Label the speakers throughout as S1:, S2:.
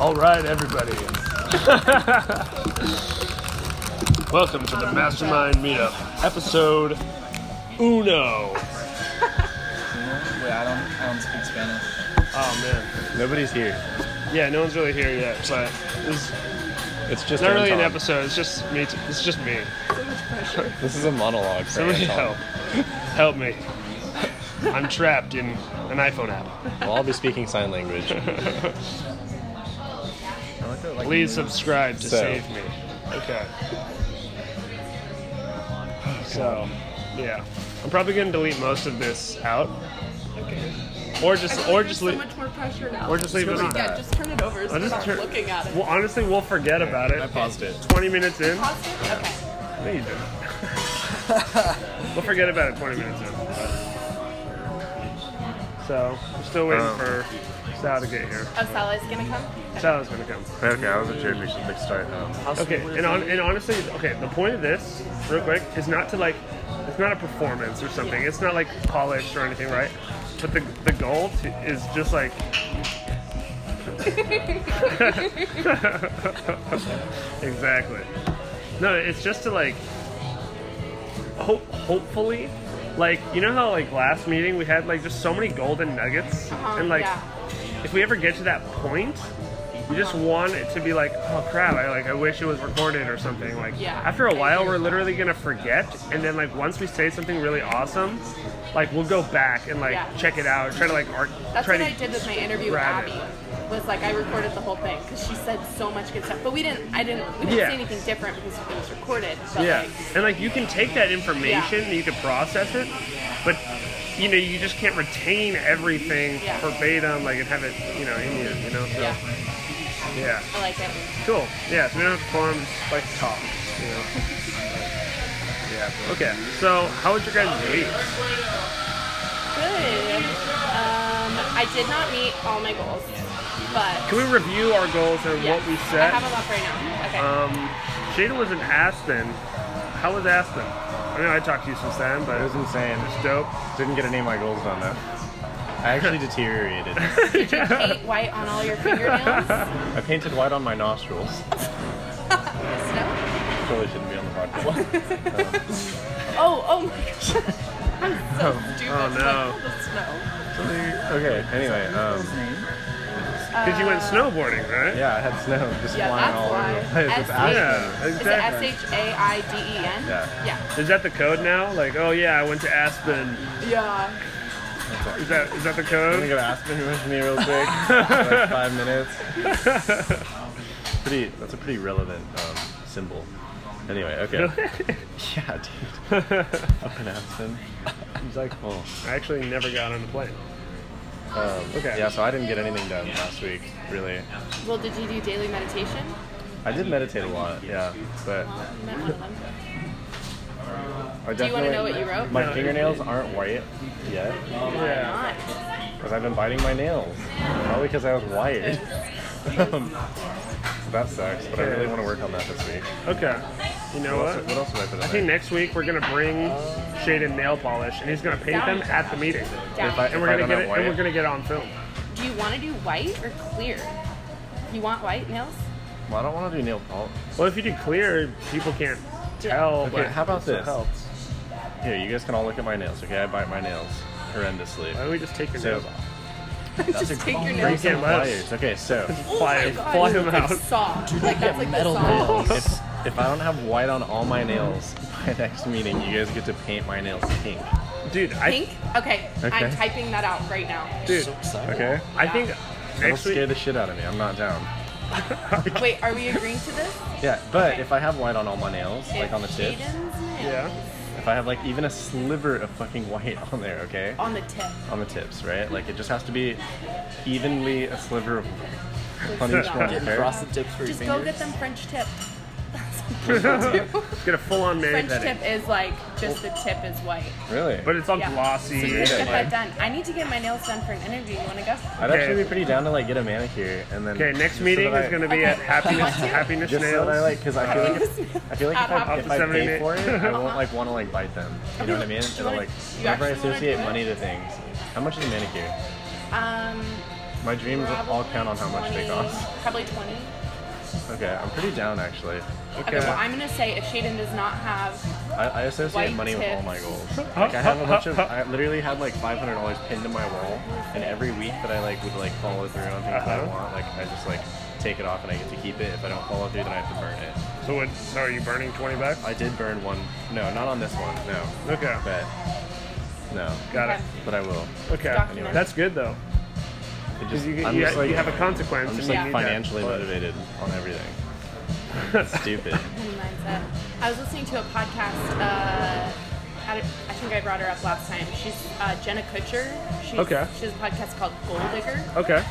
S1: All right, everybody. Welcome to the Mastermind Meetup, episode uno.
S2: Wait, I don't, I don't speak Spanish.
S1: Oh man,
S3: Nobody's here.
S1: yeah, no one's really here yet, but it's
S3: It's just
S1: not really an
S3: Anton.
S1: episode. It's just me. T- it's just me.
S3: This is a monologue. for
S1: Somebody help!
S3: Anton.
S1: Help me! I'm trapped in an iPhone app.
S3: Well, I'll be speaking sign language.
S2: I like that, like,
S1: Please subscribe to
S3: So.
S1: save me. Okay. So, yeah, I'm probably gonna delete most of this out, or just or just leave.
S4: leave. So much more pressure now.
S1: Or just leave it on.
S4: Yeah, just turn it over.
S1: I'll
S4: Stop
S1: just turn-
S4: looking at it.
S1: Well, honestly, we'll forget about
S3: I
S1: it.
S3: paused it.
S1: 20 minutes in.
S4: Pause it? Okay.
S1: No, you didn't. we'll forget about it 20 minutes in. So, we're still waiting
S5: Oh.
S1: for Sal to get here.
S4: Oh, Sally's gonna come?
S1: Sal's gonna come.
S5: Okay, I wasn't sure if we should like start
S3: um,
S5: now.
S1: Okay, and, on, and honestly, okay, the point of this, real quick, is not to like, it's not a performance or something. It's not like polished or anything, right? But the, the goal to, is just like. exactly. No, it's just to like, hope, hopefully, like, you know how like last meeting we had like just so many golden nuggets?
S4: Um,
S1: and like,
S4: yeah.
S1: if we ever get to that point, you just want it to be like, oh crap, I like I wish it was recorded or something. Like
S4: Yeah.
S1: after a while we're literally gonna forget and then like once we say something really awesome, like we'll go back and like
S4: Yeah.
S1: check it out, try to like arc
S4: That's
S1: try
S4: what
S1: to
S4: I did with my interview with
S1: grab
S4: Abby.
S1: it.
S4: Was like I recorded the whole thing because she said so much good stuff, but we didn't. I didn't. We didn't
S1: Yeah.
S4: say anything different because it was recorded. So
S1: Yeah.
S4: Like,
S1: And like you can take that information and you can process it, but you know, you just can't retain everything
S4: Yeah.
S1: verbatim, like and have it, you know, in you, you know. So
S4: yeah.
S1: yeah.
S4: I like it.
S1: Cool. Yeah, so we don't have to form just, like talk. You know? yeah. Okay. So how was your guys' week?
S4: Good. Um, I did not meet all my goals, but
S1: Can we review our goals and
S4: yes,
S1: what we
S4: I have them
S1: set?
S4: up right now. Okay.
S1: Um, Jada was in Aspen. How was Aspen? I know I talked to you since then, but
S3: It was insane.
S1: it's dope.
S3: Didn't get any of my goals done though. I actually deteriorated.
S4: Paint white on all your fingernails.
S3: I painted white on my nostrils.
S4: Snow.
S3: Probably shouldn't be on the podcast.
S4: Oh, oh my gosh. I'm so stupid.
S1: oh, no.
S4: Like, the snow.
S3: okay. Anyway, um,
S2: his name.
S1: Because you went
S4: Uh,
S1: snowboarding, right?
S3: yeah, I had snow just
S4: Yeah,
S3: flying
S4: that's
S3: all over the
S4: why.
S3: place. It's Aspen.
S4: That's-
S1: Yeah,
S4: Is it S
S1: exactly.
S4: H A I D E N?
S3: Yeah.
S4: Yeah.
S1: Is that the code now? Like, oh yeah, I went to Aspen.
S4: Yeah.
S1: Is that is that the
S3: Can we
S1: code?
S3: go to Aspen with me real quick? For like five minutes. Pretty. That's a pretty relevant um, symbol. Anyway, okay. Yeah, dude. Fucking Aspen.
S1: He's like,
S3: Oh.
S1: I actually never got on the plane.
S3: Um,
S1: Okay.
S3: Yeah, so I didn't get anything done last week, really.
S4: Well, did you do daily meditation?
S3: I did meditate a lot, yeah, but
S4: Well, you might want to.
S3: I definitely.
S4: Do you want to know what you wrote?
S3: My fingernails aren't white yet
S1: Yeah.
S4: Not.
S3: because I've been biting my nails, probably because I was wired. um, so that sucks, but I really want to work on that this week.
S1: Okay. You know what?
S3: What else, what else did I put in
S1: I
S3: there?
S1: think next week we're gonna bring Shaden nail polish, and he's gonna paint them at the meeting,
S4: Down.
S3: If I-
S1: and we're
S3: don't
S1: gonna get
S3: have
S1: it,
S3: white.
S1: and we're gonna get it on film.
S4: Do you want to do white or clear? You want white nails?
S3: Well, I don't want to do nail polish.
S1: Well, if you do clear, people can't tell.
S3: Okay,
S1: but
S3: how about
S1: it still
S3: this?
S1: Helps.
S3: Here, you guys can all look at my nails. Okay, I bite my nails horrendously.
S1: Why don't we just take your
S3: So-
S1: nails off?
S4: Just take your
S3: Bring
S4: nails.
S1: Freaking
S3: some
S1: less.
S3: pliers. Okay, so.
S4: Oh
S1: Fly
S4: my
S1: it-
S4: God,
S1: fly
S4: you
S1: them
S4: look
S1: out.
S4: like Saw. Like that's like the saw.
S3: if, if I don't have white on all my nails by next meeting, you guys get to paint my nails pink.
S1: Dude, I
S4: Pink? Okay. I'm
S3: Okay.
S4: typing that out right now.
S1: dude,
S3: Okay?
S1: I think
S3: That'll
S1: next
S3: scare
S1: week.
S3: the shit out of me. I'm not down.
S4: Wait, are we agreeing to this?
S3: Yeah, but if I have white on all my nails, like
S4: If
S3: on the tips,
S4: Shaden's nails
S1: Yeah.
S3: if I have like even a sliver of fucking white on there, okay?
S4: On the tip.
S3: On the tips, right? Like it just has to be evenly a sliver of white on each one,
S2: Getting
S3: okay?
S2: frosted tips for your
S4: Just go
S2: fingers.
S4: get them French tip.
S1: Let's get a full-on mani
S4: French
S1: petty.
S4: tip is like just the tip is white.
S3: Really?
S1: But it's all
S4: Yeah.
S1: glossy.
S4: You
S3: Yeah,
S4: should get
S3: yeah.
S4: that done. I need to get my nails done for an interview. You want to go?
S3: I'd
S1: Okay.
S3: actually be pretty down to like get a manicure and then.
S1: Okay,
S3: just
S1: next
S3: so
S1: meeting
S3: that
S1: is
S3: I-
S1: gonna be
S4: Okay.
S1: at Happiness
S4: What?
S1: Happiness
S3: Just so
S1: Nails.
S3: that I like, cause I feel like if, I feel like if
S4: Up
S3: I,
S4: to
S3: if I
S1: 70
S3: pay for it, I won't
S4: Uh-huh.
S3: like want to like bite them. You know what I mean?
S4: Do you
S3: It'll
S4: wanna-
S3: like
S4: you
S3: whenever I
S4: actually wanna
S3: associate
S4: do it?
S3: money to things. How much is a manicure?
S4: Um,
S3: My dreams all count on how much they cost.
S4: Probably 20. Okay,
S3: Okay, I'm pretty down actually.
S1: Okay.
S4: well, I'm gonna say if Shaden does not have,
S3: I, I associate
S4: White
S3: money with all my
S4: tips.
S3: goals. Like I have a bunch of, I literally had like five hundred dollars pinned to my wall, and every week that I like would like follow through on things that I
S1: Uh-huh.
S3: want, like I just like take it off and I get to keep it. If I don't follow through, then I have to burn it.
S1: So, what, so are you burning 20 bucks?
S3: I did burn one. No, not on this one. No,
S1: Okay.
S3: but no,
S1: Got it.
S3: but I will.
S1: Okay.
S4: Document.
S1: That's good though.
S3: It
S1: Because
S3: just,
S1: you, you,
S3: I'm just
S1: you
S3: like
S1: have a consequence.
S3: I'm just
S1: and
S3: like
S1: you need that.
S3: financially motivated on everything. Stupid.
S4: money mindset. I was listening to a podcast. Uh, I don't- I think I brought her up last time. She's uh, Jenna Kutcher. She's,
S1: Okay.
S4: She has a podcast called Gold Digger,
S1: Okay.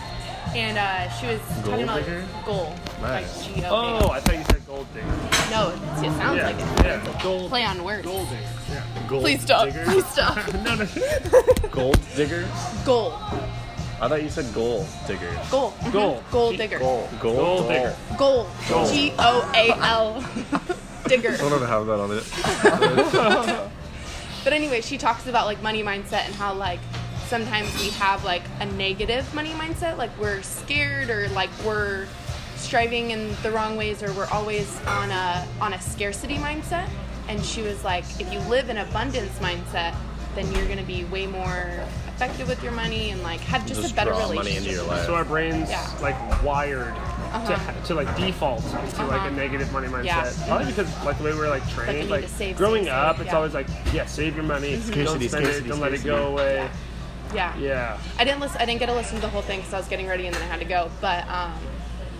S4: and uh, she was
S3: Gold
S4: talking about
S3: Digger?
S4: gold,
S3: Nice.
S4: like G O.
S1: Oh, I thought you said gold digger.
S4: No, it's- it sounds like it.
S1: yeah. Gold.
S4: Play on words.
S1: Gold digger. Yeah.
S3: Gold
S4: Please stop.
S3: digger?
S4: Please stop.
S1: no, no.
S3: Gold digger?
S4: Gold.
S3: I thought you said gold digger.
S4: Gold. Mhm.
S1: Gold.
S4: Gold digger.
S3: Gold. Gold,
S1: Gold digger.
S4: Gold. G O A L. Digger.
S5: I don't have that on it.
S4: But anyway, she talks about like money mindset and how like sometimes we have like a negative money mindset, like we're scared or like we're striving in the wrong ways or we're always on a on a scarcity mindset. And she was like, if you live an abundance mindset, then you're gonna be way more effective with your money and like have just,
S3: Just
S4: a better
S3: draw
S4: relationship.
S3: money into your life.
S1: So our brains
S4: Yeah.
S1: like wired to, ha- to like default to like
S4: Uh-huh.
S1: a negative money mindset.
S4: Yeah.
S1: Probably because like the way we were like
S4: you
S1: trained,
S4: need
S1: like,
S4: to save,
S1: growing
S4: save,
S1: up,
S4: save,
S1: it's
S4: yeah.
S1: always like yeah, save your money, don't
S3: Scarcity,
S1: spend
S3: scarcity,
S1: it, don't let it
S3: scarcity.
S1: go away.
S4: Yeah.
S1: Yeah.
S4: I didn't listen. I didn't get to listen to the whole thing because I was getting ready and then I had to go. But um,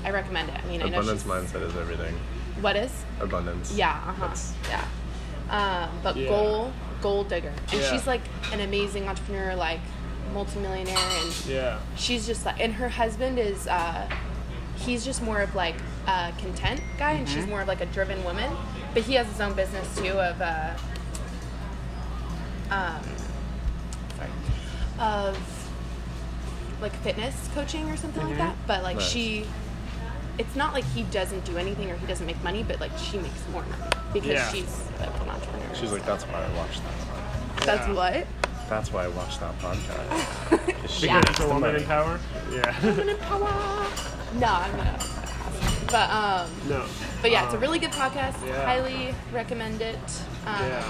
S4: I recommend it. I mean, I know
S3: Abundance
S4: she's,
S3: mindset is everything.
S4: what is.
S3: Abundance.
S4: Yeah, uh huh. Yeah. Um, but
S1: Yeah.
S4: goal gold digger, and
S1: Yeah.
S4: she's like an amazing entrepreneur, like multimillionaire, and
S1: Yeah.
S4: she's just like, and her husband is, uh, he's just more of like a content guy, and she's more of like a driven woman. But he has his own business too of, uh, um, sorry, of like fitness coaching or something like that. But like
S3: Nice.
S4: she, it's not like he doesn't do anything or he doesn't make money, but like she makes more money because
S1: Yeah.
S4: she's like an entrepreneur.
S3: She's like, that's why I watched that.
S4: That's
S1: Yeah.
S4: what?
S3: That's why I watched that podcast. Oh She
S4: Yeah.
S3: makes
S1: It's a
S3: the
S1: woman in
S3: money.
S1: power. Yeah.
S4: No, I'm not. But um.
S1: no.
S4: But yeah, it's a really good podcast.
S1: yeah.
S4: Highly recommend it. Um,
S1: Yeah.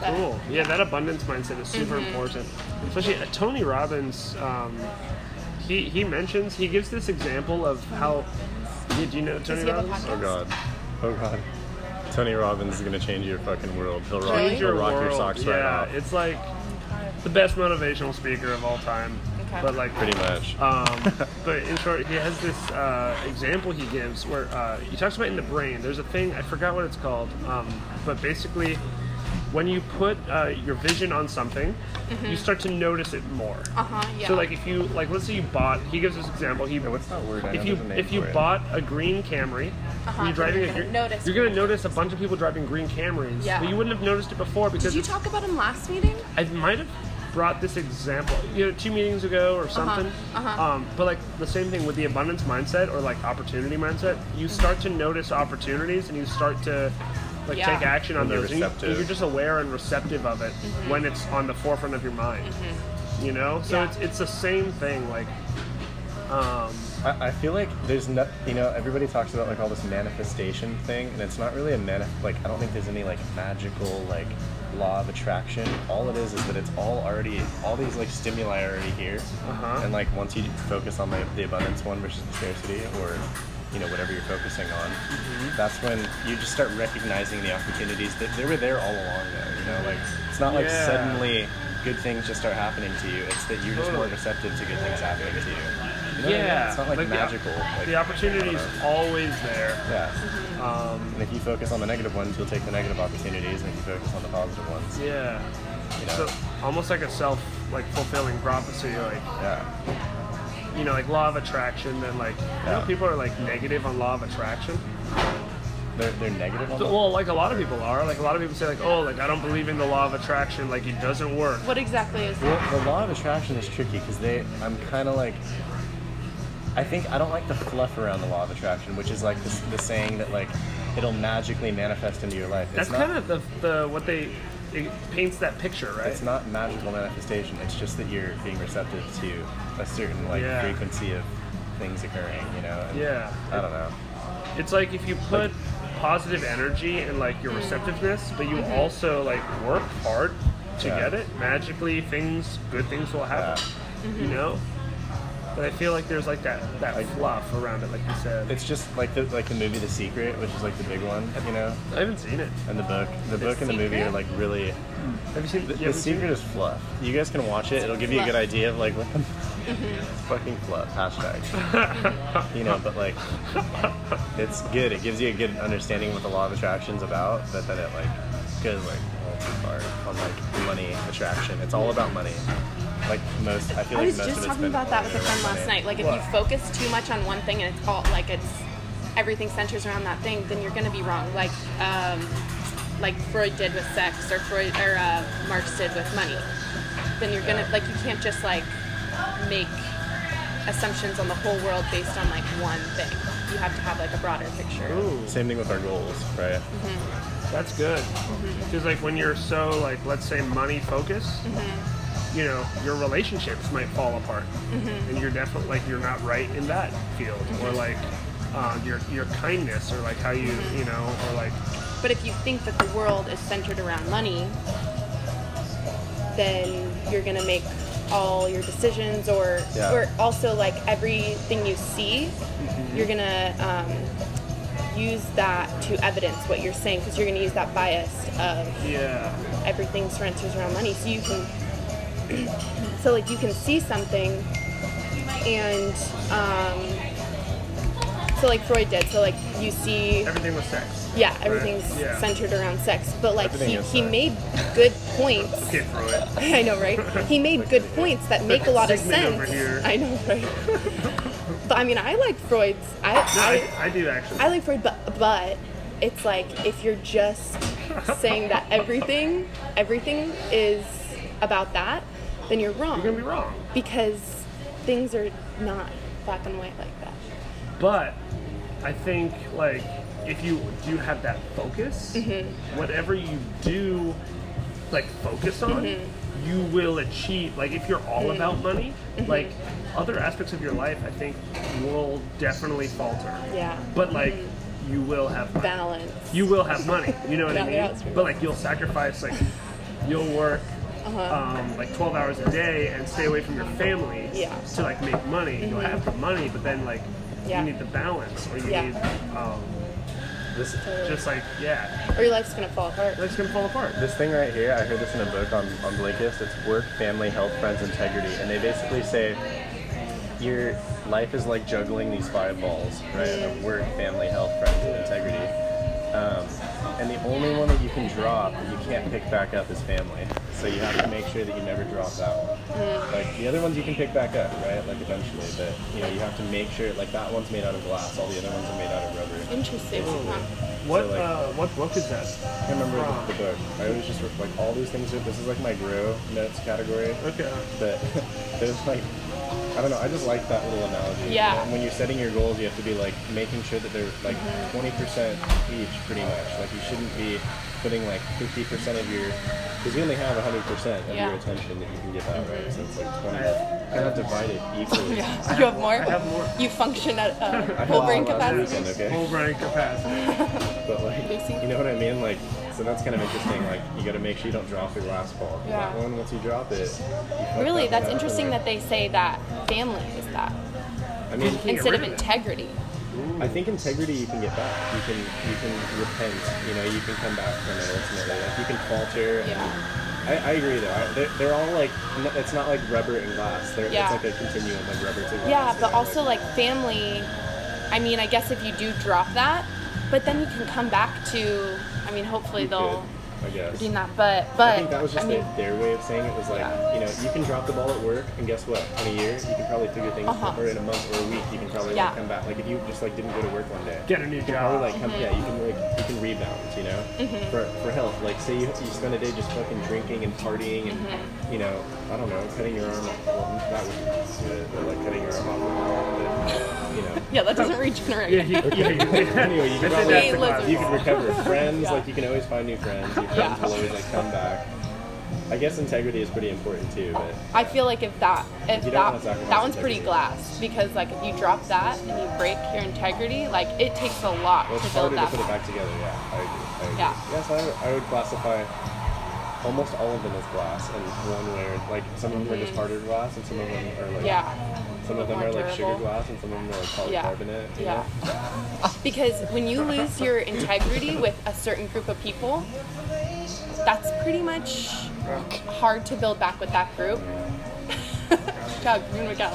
S4: but-
S1: Cool. Yeah, that abundance mindset is super
S4: Mm-hmm.
S1: important. Especially uh, Tony Robbins, um, he he mentions he gives this example of how. Yeah, do you know Tony
S4: he have a
S1: Robbins?
S4: podcast?
S3: Oh god. Oh god. Tony Robbins is gonna change your fucking world. He'll rock,
S4: Really?
S1: Change your
S3: he'll rock your
S1: world.
S3: socks
S1: yeah,
S3: right off.
S1: it's like the best motivational speaker of all time.
S4: Okay.
S1: But like
S3: Pretty much.
S1: Um, but in short, he has this uh, example he gives where uh, he talks about in the brain. There's a thing I forgot what it's called, um, but basically, when you put uh, your vision on something, you start to notice it more.
S4: Mm-hmm. Uh-huh, yeah.
S1: So like if you like, let's say you bought. He gives this example. He
S3: what's that word? I know
S1: If you
S3: there's a name
S1: if you
S3: for it.
S1: bought a green Camry.
S4: Uh-huh,
S1: and You're driving
S4: you're
S1: a
S4: gonna
S1: gre-
S4: notice
S1: You're gonna
S4: green
S1: notice a bunch of people driving green Camrys,
S4: Yeah.
S1: but you wouldn't have noticed it before because
S4: Did you
S1: it's-
S4: talk about him last meeting?
S1: I might have brought this example, you know, two meetings ago or something.
S4: uh-huh.
S1: Um, but like the same thing with the abundance mindset or like opportunity mindset, you start to notice opportunities and you start to like
S4: Yeah.
S1: take action on
S3: And you're
S1: those. And you-
S3: receptive.
S1: you're just aware and receptive of it when it's on the forefront of your mind. You know, so
S4: Mm-hmm. Yeah.
S1: it's it's the same thing. Like, um,
S3: I, I feel like there's no, you know, everybody talks about like all this manifestation thing, and it's not really a manif. Like I don't think there's any like magical like law of attraction. All it is is that it's all already, all these like stimuli are already here,
S1: Uh-huh.
S3: and like once you focus on the, the abundance one versus the scarcity, or you know whatever you're focusing on,
S1: Mm-hmm.
S3: that's when you just start recognizing the opportunities that they were there all along. Though you know, like it's not like
S1: Yeah.
S3: suddenly good things just start happening to you. It's that you're just
S1: Totally.
S3: more receptive to good things happening to you. You know what I mean?
S1: yeah,
S3: It's not like,
S1: the-
S3: magical. like,
S1: The, opportunity is always there.
S3: Yeah.
S1: Um,
S3: And if you focus on the negative ones, you'll take the negative opportunities, and if you focus on the positive ones,
S1: yeah,
S3: you know.
S1: so almost like a self like fulfilling prophecy. Like,
S3: yeah.
S1: you know, like law of attraction, then like you know
S3: Yeah.
S1: people are like negative on law of attraction.
S3: They're, they're negative on
S1: So-
S3: the
S1: well, like a lot of people are. Like a lot of people say like, oh, like I don't believe in the law of attraction. Like it doesn't work.
S4: What exactly is that?
S3: Well, the law of attraction is tricky because they, I'm kind of like, I think I don't like the fluff around the law of attraction, which is like the, the saying that like it'll magically manifest into your life.
S1: That's
S3: it's not,
S1: kind of the, the what they it paints that picture, right?
S3: It's not magical manifestation. It's just that you're being receptive to a certain like
S1: Yeah.
S3: frequency of things occurring. You know. And
S1: yeah.
S3: I don't know.
S1: It's like if you put positive energy and like your receptiveness, but you also like work hard to
S3: Yeah.
S1: get it, magically things good things will happen. You know? But I feel like there's like that, that
S3: Like-
S1: fluff around it, like you said.
S3: It's just like the like the movie The Secret, which is like the big one. You know.
S1: I haven't seen it.
S3: And the book, the book and the movie
S4: Secret?
S3: are like really.
S1: Have you seen
S3: The,
S1: you
S3: the
S1: haven't seen
S3: secret
S1: it?
S3: is fluff. You guys can watch it. It'll give you a good
S4: Fluff. Mm-hmm.
S3: idea of like what the fucking fluff hashtag. you know, but like it's good. It gives you a good understanding of what the law of attraction's about, but then it like goes like all too far on like money attraction. It's all about money. Like most, I feel
S4: I
S3: like
S4: was
S3: most
S4: just
S3: of it's
S4: talking
S3: been
S4: about that with a friend last night. Like, if you
S1: What?
S4: focus too much on one thing and it's all like it's everything centers around that thing, then you're gonna be wrong. Like, um, like Freud did with sex, or Freud or uh, Marx did with money. Then you're gonna like you can't just like make assumptions on the whole world based on like one thing. You have to have like a broader picture.
S1: Ooh.
S3: Same thing with our goals, right?
S1: That's good. Because like when you're so like let's say money focused,
S4: Mm-hmm.
S1: you know your relationships might fall apart, and you're definitely like you're not right in that field,
S4: Mm-hmm.
S1: or like um, your your kindness, or like how you
S4: Mm-hmm.
S1: you know, or like
S4: But if you think that the world is centered around money, then you're gonna make all your decisions, or
S3: Yeah.
S4: or also like everything you see, you're gonna um, use that to evidence what you're saying because you're gonna use that bias of
S1: yeah,
S4: everything centers around money. So you can, so like you can see something, and um, so like Freud did. So like you see
S1: everything was sex.
S4: yeah,
S1: right?
S4: everything's
S1: Yeah.
S4: centered around sex. But like
S3: Everything
S4: he,
S3: is
S4: he
S3: sex.
S4: made good points.
S1: Get through it.
S4: I know, right? He made good points that make a lot of
S1: Sigmund
S4: sense.
S1: over here.
S4: I know, right? but I mean, I like Freud's. I
S1: No, I,
S4: I,
S1: I do actually.
S4: I like Freud, but but it's like if you're just saying that everything everything is about that, then you're wrong.
S1: you're gonna be wrong,
S4: because things are not black and white like that.
S1: but I think like if you do have that focus,
S4: Mm-hmm.
S1: whatever you do, like focus on,
S4: Mm-hmm.
S1: you will achieve. Like if you're all about money, like other aspects of your life, I think will definitely falter.
S4: Yeah. Mm-hmm.
S1: But like you will have money.
S4: Balance.
S1: You will have money. You know what
S4: Yeah,
S1: I mean?
S4: yeah, that's true.
S1: but like you'll sacrifice like you'll work. Um, like 12 hours a day and stay away from your family
S4: Uh-huh. Yeah. Mm-hmm.
S1: to like make money you'll have the money but then like
S4: Yeah.
S1: you need the balance or you
S4: Yeah.
S1: need um,
S3: This
S1: just like yeah
S4: or your life's gonna fall apart.
S1: it's gonna fall apart
S3: This thing right here, I heard this in a book on, on Blinkist. It's work, family, health, friends, integrity. And they basically say your life is like juggling these five balls, right? Of work, family, health, friends, and integrity. Um, and the only one that you can drop that you can't pick back up is family. So you have to make sure that you never drop that one. Like the other ones you can pick back up, right? Like eventually, but you know you have to make sure like that one's made out of glass, all the other ones are made out of rubber.
S4: Interesting. Huh.
S1: What
S3: So, like-
S1: uh, what book is that?
S3: I can't remember the, the book. I always just like all these things. are- This is like my grow notes category.
S1: Okay. uh,
S3: But there's like, I don't know. I just like that little analogy.
S4: Yeah.
S3: And when you're setting your goals, you have to be like making sure that they're like 20% each, pretty much. Like you shouldn't be putting like 50% of your, because you only have 100% of
S4: Yeah.
S3: your attention that you can give out, right? So it's like 20. I have divided equally.
S4: Yeah. You have more?
S1: I have more.
S4: You function at
S3: I
S4: uh,
S3: had
S4: full
S3: a
S4: brain
S3: lot last
S4: capacity?
S3: weekend, okay?
S1: Whole brain capacity.
S3: But like,
S4: Lucy?
S3: you know what I mean? Like, so that's kind of interesting. Like, you got to make sure you don't drop your last ball.
S4: Yeah.
S3: That one, once you drop it. you fuck that
S4: Really,
S3: one
S4: that's
S3: up,
S4: interesting
S3: and
S4: that
S3: then-
S4: they say that family is that
S3: I mean,
S1: Can't
S4: instead
S1: get
S4: of
S1: rid of it.
S4: integrity.
S3: I think integrity you can get back. You can you can repent. You know, you can come back from it ultimately. Like you can falter. and-
S4: Yeah.
S3: I, I agree though. I, they're, they're all like n- it's not like rubber and glass. They're,
S4: Yeah.
S3: It's like a continuum like rubber to glass.
S4: Yeah,
S3: you
S4: but
S3: know,
S4: also like family. I mean, I guess if you do drop that, but then you can come back to. I mean, hopefully
S3: you
S4: they'll
S3: could, I guess.
S4: redeem that. But but
S3: I think that was just
S4: mean,
S3: their, their way of saying it was like,
S4: Yeah.
S3: you know, you can drop the ball at work, and guess what? In a year, you can probably figure things
S4: Uh-huh.
S3: out, or in a month or a week, you can probably like,
S4: Yeah.
S3: come back. Like if you just like didn't go to work one day,
S1: Get a new
S3: you can probably
S1: job.
S3: like come, yeah, you can like you can rebound, you know.
S4: Mm-hmm.
S3: For for health, like say you you spend a day just fucking drinking and partying and
S4: Mm-hmm.
S3: you know, I don't know, cutting your arm off. Well, that would be good, but like cutting your arm off, would be wrong, but you know,
S4: yeah, that doesn't regenerate.
S1: Yeah, you, yeah, you,
S3: Anyway, you
S1: I
S3: can,
S1: think that's
S3: probably,
S1: the
S4: Hey, listen.
S1: class.
S3: you can recover friends. Like you can always find new friends. Your friends will always like come back. I guess integrity is pretty important too. But
S4: I feel like if that if
S3: You don't wanna
S4: that
S3: sacrifice
S4: that one's pretty
S3: integrity.
S4: glass because like if you drop that and you break your integrity, like it takes a lot
S3: well, it's
S4: to
S3: harder to
S4: build that.
S3: put it back together. Yeah, I agree. I agree.
S4: Yeah.
S3: Yes, I would, I would classify almost all of them as glass, and one where like some of them are just harder glass, and some of them are like
S4: Mm-hmm. Yeah.
S3: Some of them
S4: More
S3: are like sugar
S4: durable.
S3: glass, and some of them are like
S4: Yeah.
S3: polycarbonate. you
S4: Yeah.
S3: know?
S4: Because when you lose your integrity with a certain group of people, that's pretty much hard to build back with that group. God, Bruno Miguel.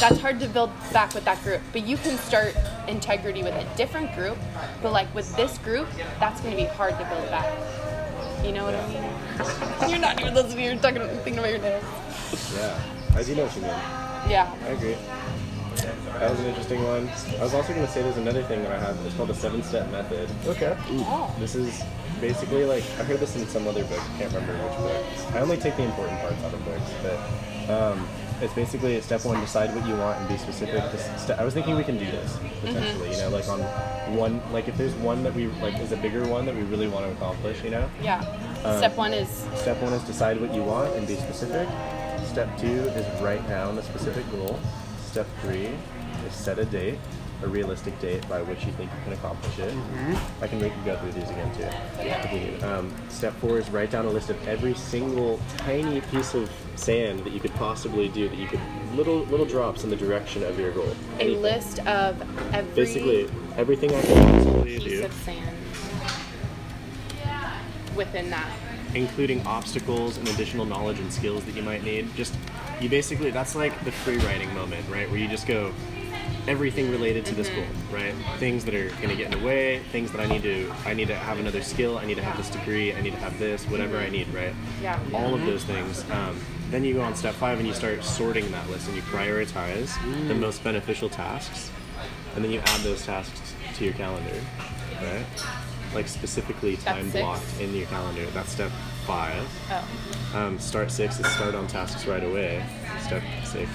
S4: That's hard to build back with that group. But you can start integrity with a different group. But like with this group, that's going to be hard to build back. You know what I mean? You're not even listening. You're talking, thinking about your nails.
S3: Yeah, I do know what you mean.
S4: Yeah.
S3: I agree. That was an interesting one. I was also going to say there's another thing that I have. It's called the seven step method.
S2: Okay.
S4: Oh.
S3: This is basically like I heard this in some other book. I can't remember which book. I only take the important parts out of books, but um, it's basically a step one: decide what you want and be specific. This ste- I was thinking we can do this potentially. You know, like on one, like if there's one that we like is a bigger one that we really want to accomplish. You know,
S4: Yeah.
S3: Uh,
S4: Step one is
S3: Step one is decide what you want and be specific. Step two is write down a specific goal. Step three is set a date, a realistic date by which you think you can accomplish it. I can make you go through these again too. if you need. Um, step four is write down a list of every single tiny piece of sand that you could possibly do that you could little little drops in the direction of your goal.
S4: a
S3: Anything.
S4: list of every
S3: Basically, everything I could possibly
S4: piece
S3: do.
S4: of sand within that.
S3: Oh, including obstacles and additional knowledge and skills that you might need. Just you basically that's like the free writing moment, right? Where you just go everything related to this goal,
S4: Mm-hmm.
S3: right? Things that are going to get in the way, things that I need to I need to have another skill, I need to have this degree, I need to have this, whatever I need, right?
S4: Mm-hmm. Yeah.
S3: All of those things. Um, then you go on step five and you start sorting that list and you prioritize the most beneficial tasks, and then you add those tasks to your calendar, right? Like specifically
S4: Step
S3: time
S4: six.
S3: blocked in your calendar. That's step five.
S4: Oh,
S3: Um, start six is start on tasks right away. Step six.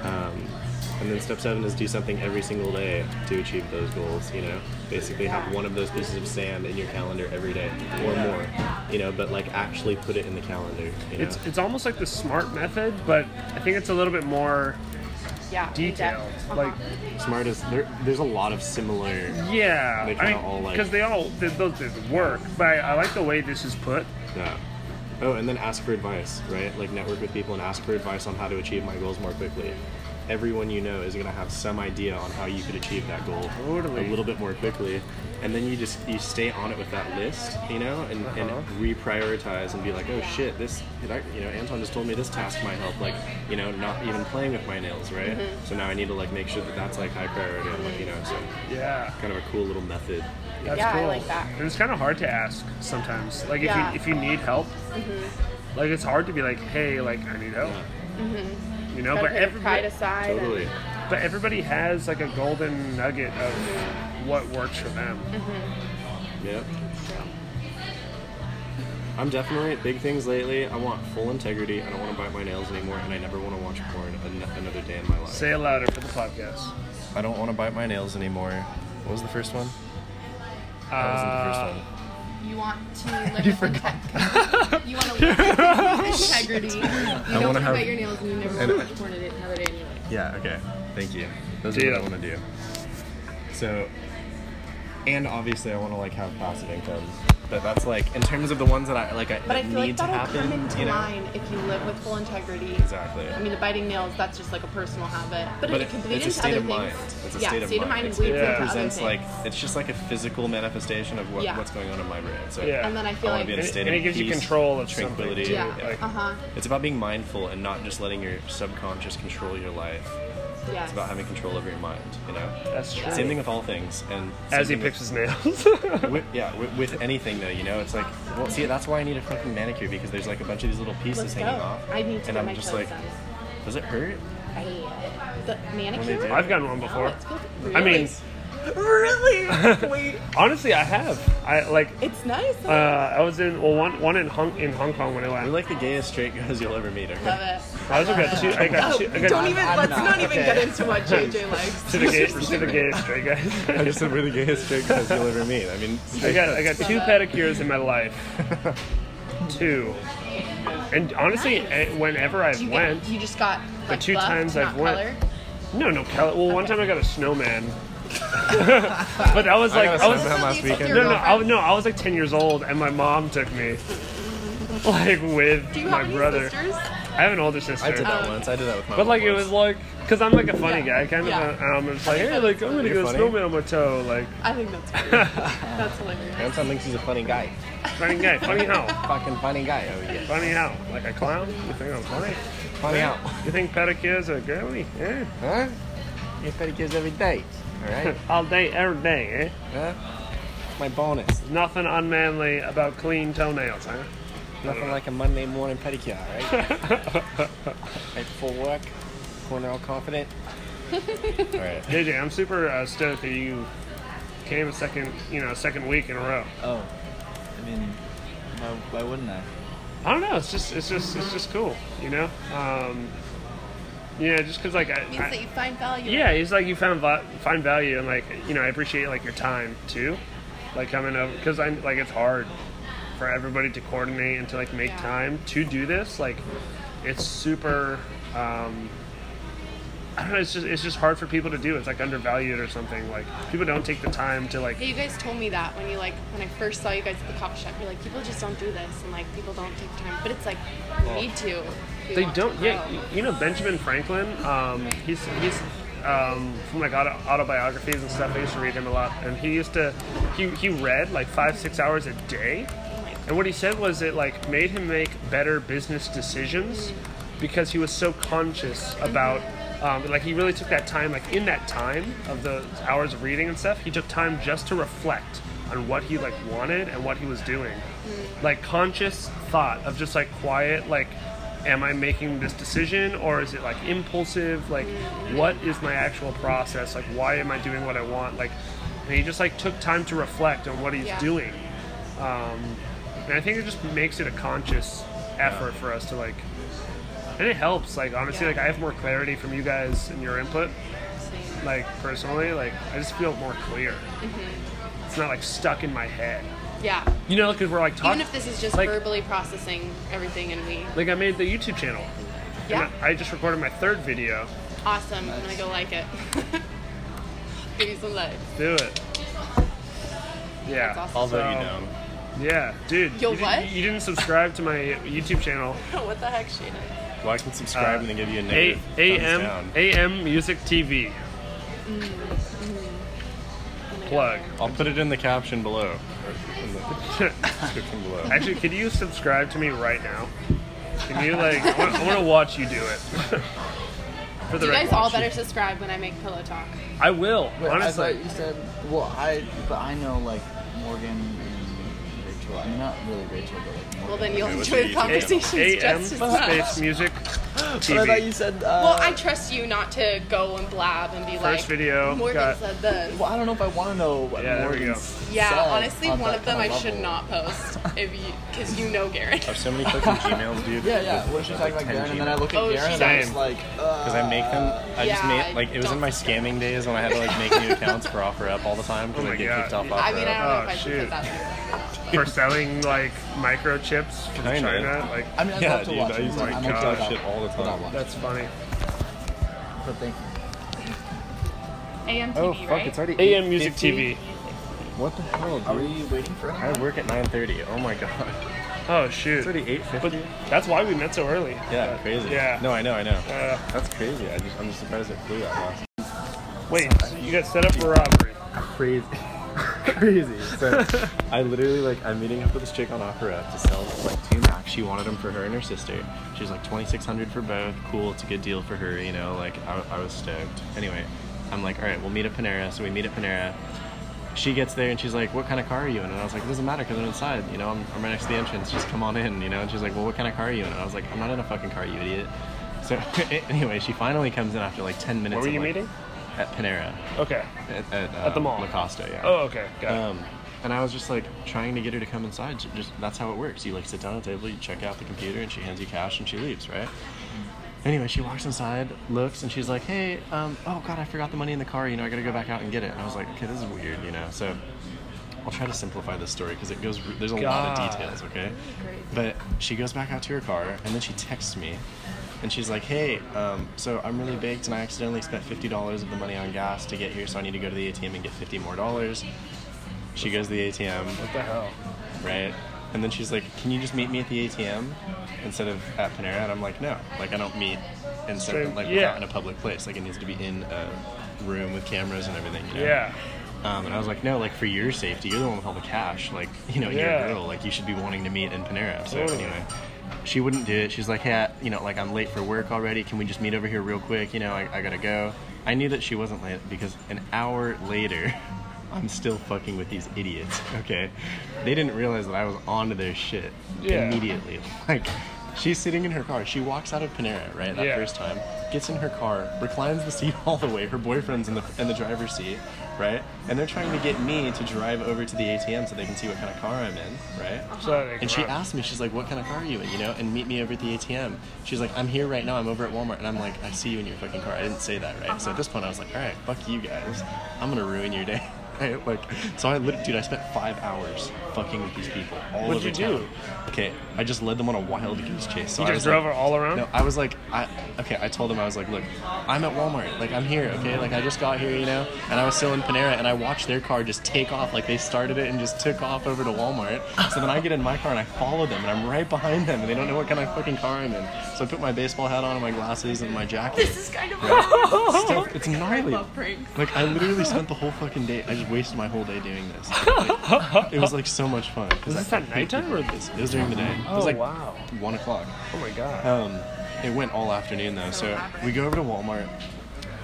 S3: Um, and then step seven is do something every single day to achieve those goals. You know, basically have one of those pieces of sand in your calendar every day or more. You know, but like actually put it in the calendar. You know,
S1: It's it's almost like the smart method, but I think it's a little bit more
S4: yeah. in
S1: detailed.
S4: depth. Uh-huh.
S1: Like
S3: smart is there. There's a lot of similar.
S1: yeah,
S3: They
S1: I
S3: kinda all,
S1: mean
S3: like-
S1: because they all they, those they work, but I, I like the way this is put.
S3: Yeah. Oh, and then ask for advice, right? Like network with people and ask for advice on how to achieve my goals more quickly. Everyone you know is going to have some idea on how you could achieve that goal
S1: Totally.
S3: a little bit more quickly. And then you just you stay on it with that list, you know, and,
S1: Uh-huh.
S3: and reprioritize and be like, oh shit, this that, you know, Anton just told me this task might help. Like, you know, not even playing with my nails, right?
S1: Mm-hmm.
S3: So now I need to like make sure that that's like high priority. on like, you know, so
S1: Yeah,
S3: kind of a cool little method.
S1: that's
S4: Yeah, I
S1: cool.
S4: like that.
S1: And it's kind of hard to ask sometimes. Like if
S4: Yeah. Mm-hmm.
S1: you if you need help, like it's hard to be like, hey, like I need help. You know,
S4: Mm-hmm. Gotta
S1: but
S4: put your pride
S1: everybody,
S4: aside. and-
S3: Totally.
S1: but everybody has like a golden nugget of
S4: Mm-hmm.
S1: what works for them.
S3: Yep. I'm definitely big things lately. I want full integrity. I don't want to bite my nails anymore, and I never want to watch porn an- another day in my life.
S1: Say it louder for the podcast.
S3: I don't want to bite my nails anymore. What was the first one? That wasn't
S1: Uh,
S3: the first one.
S4: You want to live you with integrity. You want to live with integrity. You don't want
S3: wanna
S4: to
S3: have-
S4: bite your nails and you never
S3: and
S4: want to porn it another day in your life.
S3: Yeah. Okay. Thank you. Those
S1: Deal.
S3: are what I want to do. So, and obviously, I want to like have passive income, but that's like in terms of the ones that I like I,
S4: But
S3: that
S4: I feel like
S3: need to
S4: that'll
S3: happen.
S4: come into
S3: you know?
S4: line if you live with full integrity.
S3: Exactly.
S4: I mean, the biting nails, that's just like a personal habit. But,
S3: But
S4: it can
S3: it-
S4: bleed
S3: it's a
S4: into
S3: state
S4: other
S3: of mind.
S4: things.
S3: It's a
S4: yeah,
S3: state of mind. It's-
S4: leads
S1: it
S4: into other
S3: represents
S4: things.
S3: like it's just like a physical manifestation of what,
S4: Yeah.
S3: what's going on in my brain. So
S1: Yeah.
S4: And then I
S3: I
S4: feel
S3: want
S4: like.
S3: to be in a
S1: And it-
S3: state
S1: and
S3: of
S1: it gives you
S3: peace,
S1: control of something,
S3: tranquility.
S1: too.
S4: yeah.
S1: like-
S4: uh huh.
S3: It's about being mindful and not just letting your subconscious control your life.
S4: Yes.
S3: It's about having control over your mind. You know.
S1: That's true.
S3: Same thing with all things, and same
S1: As he
S3: thing with-
S1: picks his nails.
S3: with, yeah, with, with anything though, you know, it's like, well, see, that's why I need a fucking manicure because there's like a bunch of these little pieces
S4: Let's go.
S3: hanging off,
S4: I need to
S3: and
S4: get
S3: I'm
S4: my
S3: just
S4: toes
S3: like,
S4: done.
S3: does it hurt?
S4: I hate it. The manicure?
S3: do?
S1: I've gotten one
S4: Oh,
S1: before.
S4: it's good.
S1: I mean,
S4: Really?
S2: really? Wait.
S1: Honestly, I have. I like.
S4: It's nice.
S1: Uh, I was in well one one in Hong in Hong Kong when I
S3: We're
S1: went.
S3: like the gayest straight girls you'll ever meet. Okay?
S4: Love it.
S1: I was got two. I got two. I got
S4: Oh, Don't even.
S2: I'm
S4: let's
S2: not,
S4: not, even
S2: okay.
S4: get into what JJ likes.
S1: to the gay to the gay straight guys.
S3: I just said we're the gayest straight girls you'll ever meet. I mean,
S1: I got I got two pedicures in my life. two. And honestly, eh, whenever I've
S4: You, get-
S1: went,
S4: you just got like
S1: two
S4: buffed,
S1: times
S4: not
S1: I've went-
S4: color.
S1: no, no, Kelly. Well, one time I got a snowman, but that was like
S3: got a
S1: I was
S3: snowman. That
S4: So
S3: last
S4: these with
S3: weekend.
S1: no,
S4: your
S1: no, I, was-
S4: girlfriend?
S1: no. I was like ten years old, and my mom took me, like with
S4: Do you
S1: my
S4: have any
S1: brother.
S4: sisters?
S1: I have an older sister.
S3: I did that
S4: Um,
S3: once. I did that with my.
S1: But
S3: mom
S1: like it
S3: once.
S1: was like, cause I'm like a funny
S4: Yeah.
S1: guy, kind
S4: Yeah.
S1: of, and I'm just like, hey, like I'm gonna
S3: You're
S1: get a
S3: funny?
S1: snowman on my toe, like
S4: I think that's weird. that's hilarious.
S3: Anton thinks he's a funny guy.
S1: funny guy, funny how,
S3: Fucking funny guy. Oh yeah.
S1: funny how, like a clown. You think I'm funny?
S3: Funny out.
S1: You think pedicures are girly? Eh?
S3: Huh? You have pedicures every day. All right.
S1: All day, every day, eh?
S3: Huh? My bonus.
S1: Nothing unmanly about clean toenails, huh?
S3: Nothing like a Monday morning pedicure. All right. right full work. Corner all confident. all right.
S1: JJ, I'm super uh, stoked that you came a second, you know, second week in a row.
S2: Oh, I mean, why, why wouldn't I?
S1: I don't know. It's just, it's just, it's just cool, you know. Um, yeah, just cause like I,
S4: Means
S1: I-
S4: that you find value. in
S1: yeah,
S4: it.
S1: it's like you found va- find value and like you know I appreciate like your time too, like coming over because I'm like it's hard for everybody to coordinate and to like make
S4: Yeah.
S1: time to do this. Like it's super. Um, I don't know. It's just it's just hard for people to do. It's like undervalued or something. Like people don't take the time to like
S4: Hey, you guys told me that when you like when I first saw you guys at the coffee shop, you're like, people just don't do this, and like people don't take time. But it's like you need to. if you
S1: They
S4: want to
S1: don't. Yeah,
S4: grow.
S1: you know Benjamin Franklin. Um, he's he's um, from like auto, autobiographies and stuff. I used to read him a lot, and he used to he he read like five six hours a day. And what he said was it like made him make better business decisions because he was so conscious about um, like he really took that time like in that time of the hours of reading and stuff he took time just to reflect on what he like wanted and what he was doing like conscious thought of just like quiet like am i making this decision or is it like impulsive like what is my actual process like why am i doing what i want like and he just like took time to reflect on what he's
S4: Yeah.
S1: doing um, and I think it just makes it a conscious effort for us to like, and it helps. Like honestly,
S4: Yeah.
S1: like I have more clarity from you guys and your input.
S4: Same.
S1: Like personally, like I just feel more clear.
S4: Mm-hmm.
S1: It's not like stuck in my head.
S4: Yeah.
S1: You know, because we're like talking.
S4: Even if this is just
S1: like,
S4: verbally processing everything, and we
S1: Like I made the YouTube channel. and
S4: yeah,
S1: I I just recorded my third video.
S4: awesome. I'm gonna go like it. Give you some love.
S1: Do it. Yeah.
S4: That's awesome.
S3: Although
S1: So,
S3: you know,
S1: Yeah, dude.
S4: Yo,
S1: you, didn't-
S4: what?
S1: you didn't subscribe to my YouTube channel. Uh,
S4: what the heck, Shayna?
S3: well, I can subscribe and then give you a
S1: A-
S3: negative thumbs
S1: AM
S3: down.
S1: AM Music TV.
S4: Oh my God.
S1: Plug.
S3: I'll put it in the caption below. Or in the description below.
S1: Actually, could you subscribe to me right now? Can you like? I want, I want to watch you do it. For the
S4: You guys
S1: record,
S4: all better subscribe when I make pillow talk.
S1: I will.
S2: Wait,
S1: honestly,
S2: I thought you said. Well, I but I know like Morgan and Rachel. I'm not really Rachel, but like Morgan.
S4: Well, then you'll
S3: Okay, what's
S4: enjoy the
S3: the
S4: conversations
S1: AM
S4: just as much.
S1: Space Music
S2: But I thought you
S1: TV.
S2: said. Uh,
S4: Well, I trust you not to go and blab and be like.
S1: First video
S4: Morgan
S1: got-
S4: said this.
S2: Well, I don't know if I want to know what
S1: Yeah, there we
S2: Morgan
S1: go.
S2: said
S4: Yeah, honestly,
S2: on
S4: one
S2: that
S4: of them I
S2: kinda
S4: should
S2: level.
S4: not post if you, because you know Garen.
S3: I have so many fucking Gmails, dude.
S2: Yeah, yeah. What she talking about Garen, and then I look at
S4: Oh,
S2: Garen
S4: she's
S2: and I'm
S1: Same.
S2: just like, uh,
S3: Because I make them, I just
S4: Yeah,
S3: made like it was
S4: don't
S3: in my
S4: subscribe.
S3: scamming days when I had to like make new accounts for OfferUp all the time because
S1: Oh my
S3: I get
S1: God.
S3: kicked off OfferUp.
S4: I mean, I don't know
S1: Oh,
S4: if I should
S1: shoot.
S4: put that.
S1: for selling like microchips from
S3: Kinda.
S1: China. Like
S2: I mean, I
S3: yeah,
S2: love to
S3: dude,
S2: watch
S3: I
S2: it.
S3: used to
S2: I'm
S3: get
S2: okay
S3: kicked off
S2: about
S3: shit
S2: it.
S3: all the
S2: But I'll
S3: time.
S2: watch it.
S1: that's funny.
S2: But thank you.
S4: AMTV,
S3: Oh fuck,
S4: right?
S3: it's already
S1: AM Music
S3: 8:50?
S1: TV.
S3: What the hell,
S2: Are
S3: dude?
S2: we waiting for
S3: I
S2: him?
S3: work at 9:30. Oh my god,
S1: Oh
S3: it's
S1: shoot.
S3: already 8:50.
S1: But that's why we met so early.
S3: yeah, crazy.
S1: Yeah.
S3: No, I know, I know.
S1: Uh,
S3: That's crazy. I just, I'm just surprised it flew that fast.
S1: wait, so you got set up for uh, robbery.
S3: crazy. crazy. So I literally like I'm meeting up with this chick on OfferUp to sell like two Macs. She wanted them for her and her sister. She was like 2,600 for both. Cool, it's a good deal for her. You know, like I, I was stoked. Anyway, I'm like, all right, we'll meet at Panera. So we meet at Panera. She gets there and she's like, "What kind of car are you in?" And I was like, "It doesn't matter because I'm inside. You know, I'm, I'm right next to the entrance. Just come on in." You know. And she's like, "Well, what kind of car are you in?" And I was like, "I'm not in a fucking car, you idiot." So anyway, she finally comes in after like 10 minutes.
S1: Where were
S3: of,
S1: you
S3: like-
S1: meeting?
S3: at Panera
S1: Okay.
S3: at, at, uh,
S1: At the mall.
S3: La Costa. Yeah.
S1: Oh, okay. Got it.
S3: Um, and I was just like trying to get her to come inside. She Just that's how it works. You like sit down at the table, you check out the computer, and she hands you cash, and she leaves, right? Anyway, she walks inside, looks, and she's like, "Hey, um, oh god, I forgot the money in the car. You know, I gotta go back out and get it." And I was like, "Okay, this is weird, you know." So I'll try to simplify this story because it goes. There's a lot
S1: God.
S3: of details, okay? But she goes back out to her car, and then she texts me, and she's like, "Hey, um, so I'm really baked, and I accidentally spent fifty dollars of the money on gas to get here, so I need to go to the ATM and get fifty more dollars." She goes to the ATM,
S1: what the hell?
S3: right? And then she's like, "Can you just meet me at the ATM instead of at Panera?" And I'm like, "No, like I don't meet in certain like
S1: yeah.
S3: without in a public place. Like it needs to be in a room with cameras and everything." You know?
S1: Yeah.
S3: Um, and I was like, "No, like for your safety, you're the one with all the cash. Like you know,
S1: Yeah.
S3: you're a girl. Like you should be wanting to meet in Panera." So
S1: Totally.
S3: anyway, she wouldn't do it. She's like, "Hey, I- you know, like I'm late for work already. Can we just meet over here real quick? You know, I, I gotta go." I knew that she wasn't late because an hour later, I'm still fucking with these idiots. Okay, they didn't realize that I was onto their shit
S1: Yeah.
S3: immediately. Like. She's sitting in her car. She walks out of Panera, right? That
S1: Yeah.
S3: first time. Gets in her car, reclines the seat all the way. Her boyfriend's in the in the driver's seat, right? And they're trying to get me to drive over to the ATM so they can see what kind of car I'm in, right?
S1: So that
S3: And she asked me, she's like, "What kind of car are you in?" You know, and meet me over at the ATM. She's like, "I'm here right now. I'm over at Walmart." And I'm like, "I see you in your fucking car." I didn't say that, right?
S1: Uh-huh.
S3: So at this point, I was like, "All right, fuck you guys. I'm gonna ruin your day." Right? Like, so I lit dude, I spent five hours fucking with these people all
S1: What'd
S3: over
S1: you
S3: town.
S1: do?
S3: Okay, I just led them on a wild goose chase. So
S1: You
S3: I
S1: just
S3: was
S1: drove
S3: like,
S1: her all around.
S3: no, I was like, I okay. I told him I was like, look, I'm at Walmart. Like I'm here, okay. Like I just got here, you know. And I was still in Panera, and I watched their car just take off. Like they started it and just took off over to Walmart. So then I get in my car and I follow them, and I'm right behind them, and they don't know what kind of fucking car I'm in. So I put my baseball hat on and my glasses and my jacket.
S6: This is kind of
S3: Stuff- it's gnarly.
S6: love pranks.
S3: Like I literally spent the whole fucking day. I just wasted my whole day doing this. Like, it was like so much fun. 'cause
S1: Was
S3: I
S1: this at
S3: could hate
S1: nighttime or-
S3: people. It was during the day. it
S1: Oh,
S3: was like
S1: wow.
S3: one o'clock.
S1: Oh my god.
S3: Um, it went all afternoon though, so we go over to Walmart.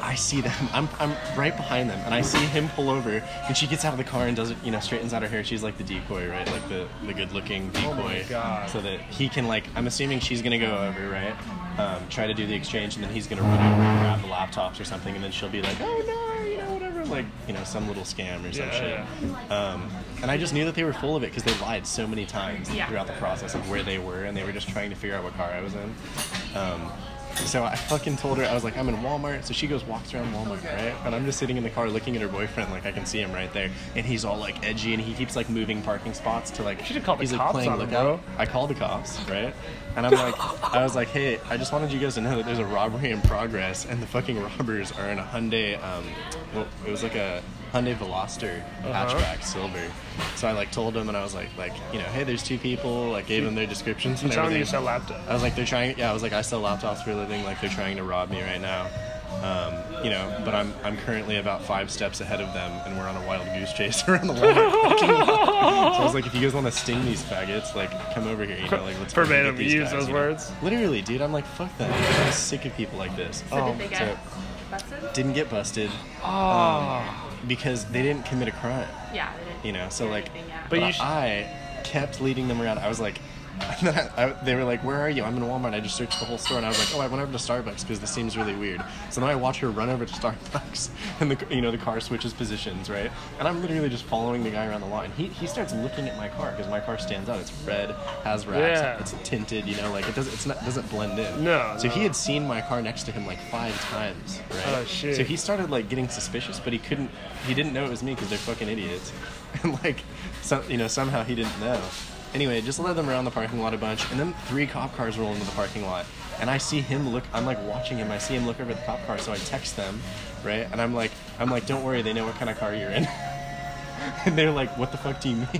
S3: I see them. I'm, I'm right behind them, and I see him pull over. And she gets out of the car and does it, you know, straightens out her hair. She's like the decoy, right? Like the, the good looking decoy.
S1: Oh my God.
S3: So that he can, like, I'm assuming she's gonna go over, right? Um, try to do the exchange, and then he's gonna run over and grab the laptops or something, and then she'll be like, oh no, you know, whatever. Like, you know, some little scam or some
S1: Yeah,
S3: shit.
S1: yeah.
S3: Um, and I just knew that they were full of it because they lied so many times
S6: Yeah.
S3: throughout the process of where they were, and they were just trying to figure out what car I was in. Um, so I fucking told her I was like, I'm in Walmart. So she goes walks around Walmart, right? And I'm just sitting in the car looking at her boyfriend, like I can see him right there, and he's all like edgy, and he keeps like moving parking spots to like.
S1: should've called the
S3: he's, like,
S1: cops
S3: playing
S1: on him, bro.
S3: lookout. I called the cops, right? And I'm like, I was like, hey, I just wanted you guys to know that there's a robbery in progress, and the fucking robbers are in a Hyundai. Um, well, it was like a Hyundai Veloster
S1: Uh-huh.
S3: hatchback, silver. So I like told them, and I was like, like, you know, hey, there's two people. Like, gave them their descriptions and
S1: You're telling me
S3: everything.
S1: you sell laptop.
S3: I was like, they're trying. Yeah, I was like, I sell laptops for a living. Like, they're trying to rob me right now. Um, you know, but I'm I'm currently about five steps ahead of them, and we're on a wild goose chase around the Walmart parking lot. So I was like, if you guys want to sting these faggots, like, come over here. You know, like, let's fucking
S1: Verbatim,
S3: get these
S1: you use
S3: guys,
S1: those
S3: you know?
S1: words?
S3: Literally, dude, I'm like, fuck them. I'm sick of people like this. Oh,
S6: So did they get
S3: so-
S6: busted?
S3: didn't get busted um,
S1: Oh.
S3: because they didn't commit a crime
S6: Yeah, they didn't.
S3: you know so
S6: do
S3: like
S6: anything, yeah.
S1: But
S3: but
S1: you sh-
S3: i kept leading them around i was like and then I, I- they were like where are you i'm in walmart i just searched the whole store and i was like oh i went over to starbucks because this seems really weird so then i watch her run over to starbucks and the you know the car switches positions right and i'm literally just following the guy around the lot and he, he starts looking at my car because my car stands out it's red has racks
S1: Yeah.
S3: it's tinted you know like it doesn't it's not doesn't blend in
S1: No,
S3: so he
S1: no.
S3: had seen my car next to him like five times right
S1: Oh, shit.
S3: so he started like getting suspicious, but he couldn't. He didn't know it was me because they're fucking idiots, and like, some, you know, somehow he didn't know. Anyway, just led them around the parking lot a bunch, and then three cop cars roll into the parking lot, and I see him look. I'm like watching him. I see him look over at the cop car, so I text them, right? And I'm like, I'm like, don't worry, they know what kind of car you're in. and they're like, what the fuck do you mean?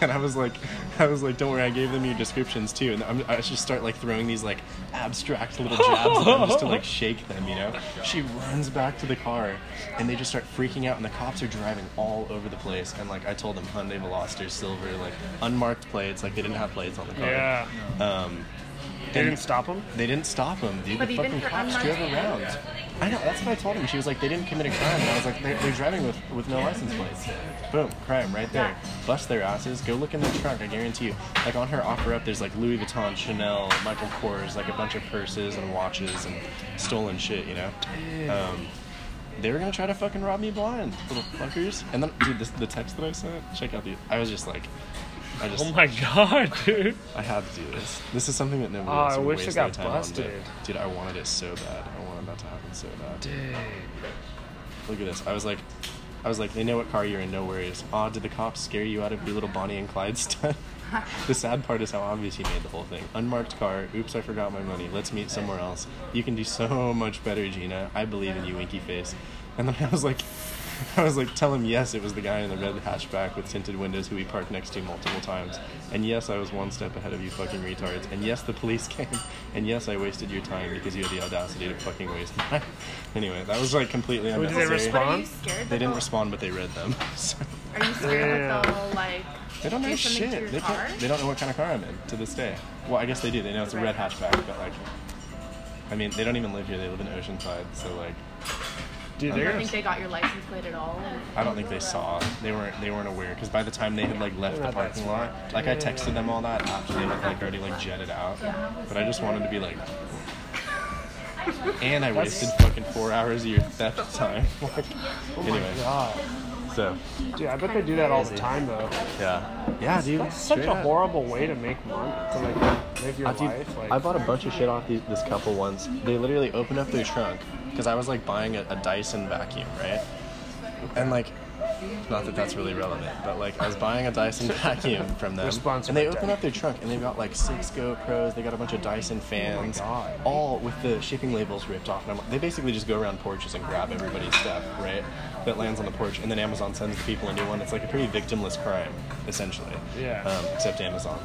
S3: And I was like, I was like, don't worry, I gave them your descriptions too. And I'm, I just start like throwing these like abstract little jabs at them just to like shake them, you know? She runs back to the car and they just start freaking out. And the cops are driving all over the place. And like I told them, Hyundai Veloster, silver, like unmarked plates, like they didn't have plates on the car.
S1: Yeah.
S3: Um,
S1: They
S3: Oh, and-
S1: didn't stop him.
S3: they didn't stop him, dude.
S6: But
S3: the
S6: even
S3: fucking
S6: for
S3: cops drove
S6: unmarked-
S3: around. I know. That's what I told him. She was like, they didn't commit a crime. And I was like, they're, they're driving with, with no license plates. Boom, crime right there.
S6: Yeah.
S3: Bust their asses. Go look in their trunk. I guarantee you. Like on her offer up, there's like Louis Vuitton, Chanel, Michael Kors, like a bunch of purses and watches and stolen shit. You know. Um, they were gonna try to fucking rob me blind, little fuckers. And then, dude, this, the text that I sent. Check out the. I was just like, I just,
S6: Oh my god, dude.
S3: I had to do this. This is something that nobody.
S6: Oh,
S3: else
S6: I
S3: would
S6: wish
S3: waste
S6: it got
S3: their time on, but-
S6: busted.
S3: dude, I wanted it so bad. I wanted that to happen so bad. Look at this. I was like, I was like, they know what car you're in. No worries. Aw, did the cops scare you out of your little Bonnie and Clyde stunt? the sad part is how obvious he made the whole thing. Unmarked car. Oops, I forgot my money. Let's meet somewhere else. You can do so much better, Gina. I believe in you, Winky Face. And then I was like, I was like, tell him yes, it was the guy in the red hatchback with tinted windows who we parked next to multiple times. And yes, I was one step ahead of you fucking retards. And yes, the police came. And yes, I wasted your time because you had the audacity to fucking waste mine. anyway, that was like completely
S1: did they
S3: unnecessary.
S1: respond?
S4: But are you
S1: Respond?
S4: scared?
S3: They
S4: that
S3: didn't
S4: they'll-
S3: respond, but they read them. So,
S4: Are you scared that
S1: Damn.
S4: they'll like?
S3: they don't know
S4: do
S3: shit.
S4: something To your
S3: They,
S4: car?
S3: can't, they don't know what kind of car I'm in to this day. Well, I guess they do. They know it's a red hatchback, but like, I mean, they don't even live here. They live in Oceanside, so like,
S1: Dude,
S4: I
S1: they're
S4: don't
S1: gonna,
S4: think they got your license plate at all.
S3: I don't think they saw. They weren't. They weren't aware because by the time they had like left the
S1: not that
S3: parking lot, like I texted them all that after they had like already like jetted out. But I just wanted to be like. And I wasted fucking four hours of your theft time. Like, anyway,
S1: Oh God.
S3: so
S1: Dude, I bet they do that all the time though.
S3: yeah, yeah, dude.
S1: That's such
S3: straight
S1: a
S3: up.
S1: horrible way to make money to like live your
S3: Uh, dude,
S1: life. Like,
S3: I bought a bunch of shit off these, this couple once. They literally opened up their trunk because I was like buying a, a Dyson vacuum, right? And like, not that that's really relevant, but like I was buying a Dyson vacuum from them,
S1: They're sponsored
S3: and they
S1: by
S3: opened up their trunk and they got like six GoPros. They got a bunch of Dyson fans,
S1: Oh God.
S3: all with the shipping labels ripped off. And I'm, they basically just go around porches and grab everybody's stuff, right? That lands on the porch, and then Amazon sends the people a new one. It's like a pretty victimless crime, essentially.
S1: Yeah.
S3: Um, except Amazon.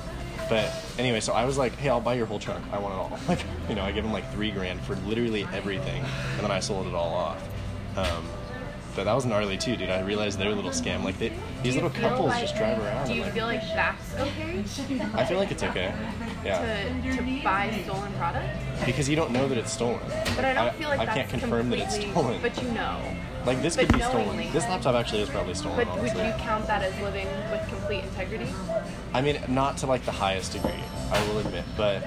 S3: But anyway, so I was like, hey, I'll buy your whole trunk. I want it all. Like, you know, I give him like three grand for literally everything, and then I sold it all off. Um, but that was gnarly too, dude. I realized their little scam. Like, they, these
S4: Do you
S3: little
S4: feel
S3: couples
S4: like-
S3: just drive around.
S4: Do you
S3: and,
S4: feel like that's okay
S3: like, I feel like it's okay. Yeah.
S4: to, to buy stolen product?
S3: Because you don't know that it's stolen.
S4: But I don't feel like
S3: I
S4: that's
S3: can't confirm that it's
S4: completely-
S3: stolen.
S4: But you know.
S3: like, this
S4: but
S3: could be stolen.
S4: knowingly.
S3: This laptop actually is probably stolen,
S4: But would
S3: honestly.
S4: you count that as living with complete integrity?
S3: I mean, not to like the highest degree, I will admit. But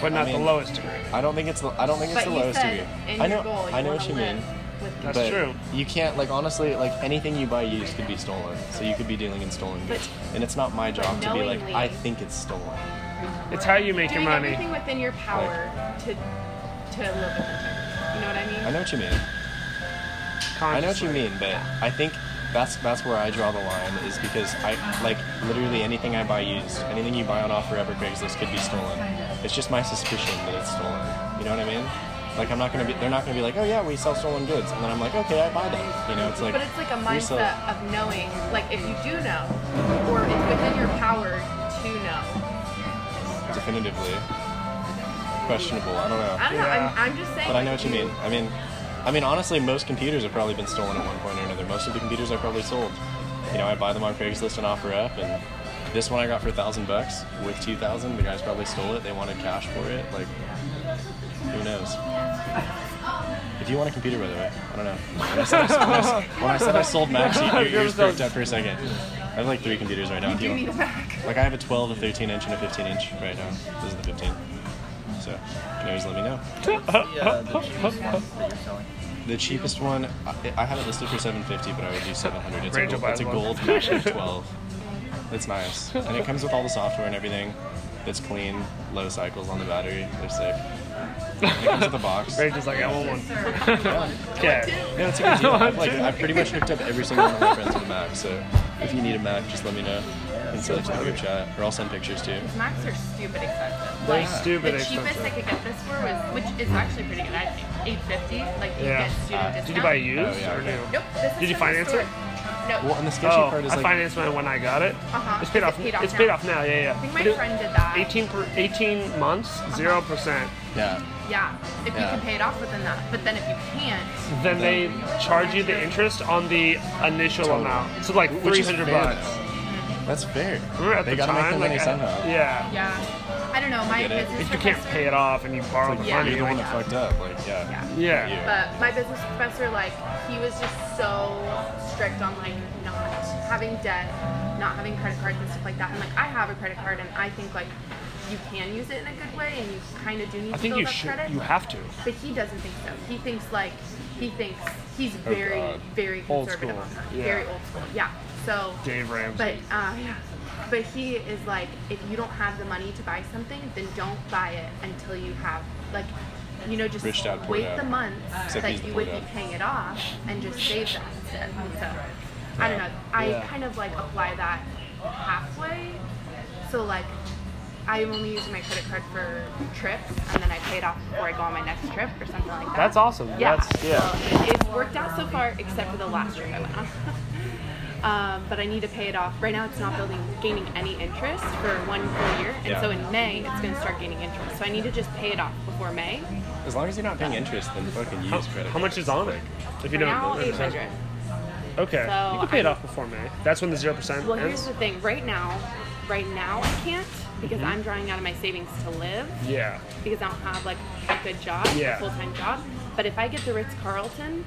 S1: but not
S3: mean-
S1: the lowest degree.
S3: I don't think it's the, I don't think it's
S4: but
S3: the
S4: you
S3: lowest
S4: said
S3: degree.
S4: in
S3: I
S4: your
S3: know
S4: goal you
S3: I know
S4: wanna
S3: what you
S4: live
S3: mean.
S4: With
S1: That's
S3: but
S1: true.
S3: You can't like honestly like anything you buy used could be stolen, so you could be dealing in stolen
S4: But-
S3: goods, and it's not my job to be like
S4: knowingly-
S3: I think it's stolen.
S1: It's how you make your
S4: doing
S1: money.
S4: everything within your power to to live with integrity. You know what I mean?
S3: I know what you mean. I know what you
S1: consciously.
S3: mean, but I think that's that's where I draw the line is because I like literally anything I buy used, anything you buy on OfferUp or Craigslist could be stolen. It's just my suspicion that it's stolen. You know what I mean? Like I'm not gonna be, they're not gonna be like, oh yeah, we sell stolen goods, and then I'm like, okay, I buy them. You know, it's like.
S4: but it's like a
S3: we sell-
S4: mindset of knowing, like if you do know, or it's within your power to know.
S3: definitively questionable. I don't know,
S4: I don't know.
S1: Yeah.
S4: I'm, I'm just saying.
S3: but I know
S4: like,
S3: what you mean. I mean, I mean, honestly, most computers have probably been stolen at one point or another. Most of the computers I probably sold. You know, I buy them on Craigslist and OfferUp, and this one I got for a thousand bucks. With two thousand, the guys probably stole it. They wanted cash for it. Like, who knows? If you want a computer, by the way, I don't know. When I said I, when I said- when I, said I sold Macs, your your ears perked up for a second. I have like three computers right now. If
S4: You
S3: want-
S4: need a Mac.
S3: like I have a 12, a 13 inch, and a 15 inch right now. This is the 15. So, you can always let me know.
S2: Yeah, the cheapest one that you're selling.
S3: The cheapest one, I, I have it listed for 750, but I would do 700. It's
S1: Rachel
S3: a gold, it's
S1: buys
S3: a
S1: one.
S3: gold MacBook 12. It's nice, and it comes with all the software and everything. It's clean, low cycles on the battery. They're sick. It comes with a box.
S1: Rage is like, I want one. yeah.
S3: Yeah, it's a good deal. I've, like, I've pretty much hooked up every single one of my friends with a Mac, so if you need a Mac, just let me know. And send it to the group chat, or I'll send pictures too.
S4: Macs are stupid expensive.
S1: They're
S4: Like,
S1: stupid
S4: The cheapest
S1: expensive.
S4: I could get this for was, which is actually pretty good. I think 850. Like you
S1: Yeah.
S4: get student discount.
S1: Did you buy used
S3: Oh, yeah,
S1: or
S3: okay.
S1: new?
S4: Nope. This is
S1: Did you
S4: from the
S1: finance
S4: store.
S1: it?
S4: No.
S3: Well, and the sketchy
S1: Oh,
S3: part is
S1: I
S3: like
S1: financed mine when I got it.
S4: Uh-huh.
S1: It's paid
S4: Is it
S1: off.
S4: paid off
S1: it's
S4: now?
S1: paid off now. Yeah, yeah.
S4: I think
S1: But
S4: my
S1: it-
S4: friend did that. Uh-huh.
S1: 18 per, 18 months, zero percent.
S3: yeah,
S4: Yeah, if
S3: Yeah.
S4: you can pay it off within that. But then if you can't,
S1: Then they charge you the interest on the initial
S3: Total.
S1: amount. So like
S3: Which is
S1: 300
S3: fair,
S1: bucks.
S3: though. That's fair.
S1: Remember at
S3: they
S1: the
S3: gotta
S1: time,
S3: make the
S1: like,
S3: money
S1: I-
S3: somehow.
S1: yeah.
S4: yeah, I don't know. My
S3: get it.
S4: business
S1: If you can't
S4: professor-
S1: pay it off and you borrow
S3: Like,
S1: the
S4: Yeah.
S3: you're
S1: money,
S3: the one
S1: like,
S3: that fucked up. Like, yeah.
S4: Yeah.
S1: Yeah.
S3: You.
S4: But my business professor, like, he was just so strict on like not having debt, not having credit cards and stuff like that. And like, I have a credit card, and I think like you can use it in a good way, and you kind of do need
S1: I
S4: to
S1: think
S4: build
S1: you
S4: up
S1: should.
S4: credit.
S1: You have to.
S4: But he doesn't think so. He thinks like He thinks he's very,
S5: God.
S4: very
S1: Old
S4: conservative on
S1: school.
S4: that.
S1: Yeah.
S4: Very old school. Yeah. So.
S1: Dave Ramsey.
S4: But uh, yeah. But he is like, if you don't have the money to buy something, then don't buy it until you have like, you know, just
S5: Rich dad, poor
S4: wait
S5: dad.
S4: the month
S5: Except he's
S4: that
S5: the
S4: you
S5: poor
S4: would be
S5: dad.
S4: paying it off and just save that instead. So I don't know. I
S2: Yeah.
S4: kind of like apply that halfway. So like, I'm only using my credit card for trips, and then I pay it off before I go on my next trip or something like that.
S1: That's awesome.
S4: Yeah.
S1: That's yeah.
S4: So it- it's worked out so far, except for the last trip I went on. um, but I need to pay it off. Right now, it's not building, gaining any interest for one full year, and
S3: Yeah.
S4: so in May, it's going to start gaining interest. So I need to just pay it off before May.
S3: As long as you're not paying interest, then fucking use
S1: How,
S3: credit.
S1: how much is on it? If you
S4: For
S1: don't
S4: now, eight
S1: understand.
S4: hundred.
S1: Okay.
S4: So
S1: you can pay it
S4: I'm-
S1: off before May. That's when the zero percent
S4: Well, here's
S1: ends.
S4: the thing. Right now, right now, I can't because
S1: Mm-hmm.
S4: I'm drawing out of my savings to live.
S1: yeah.
S4: because I don't have like a good job,
S1: Yeah.
S4: a full time job. But if I get the Ritz Carlton,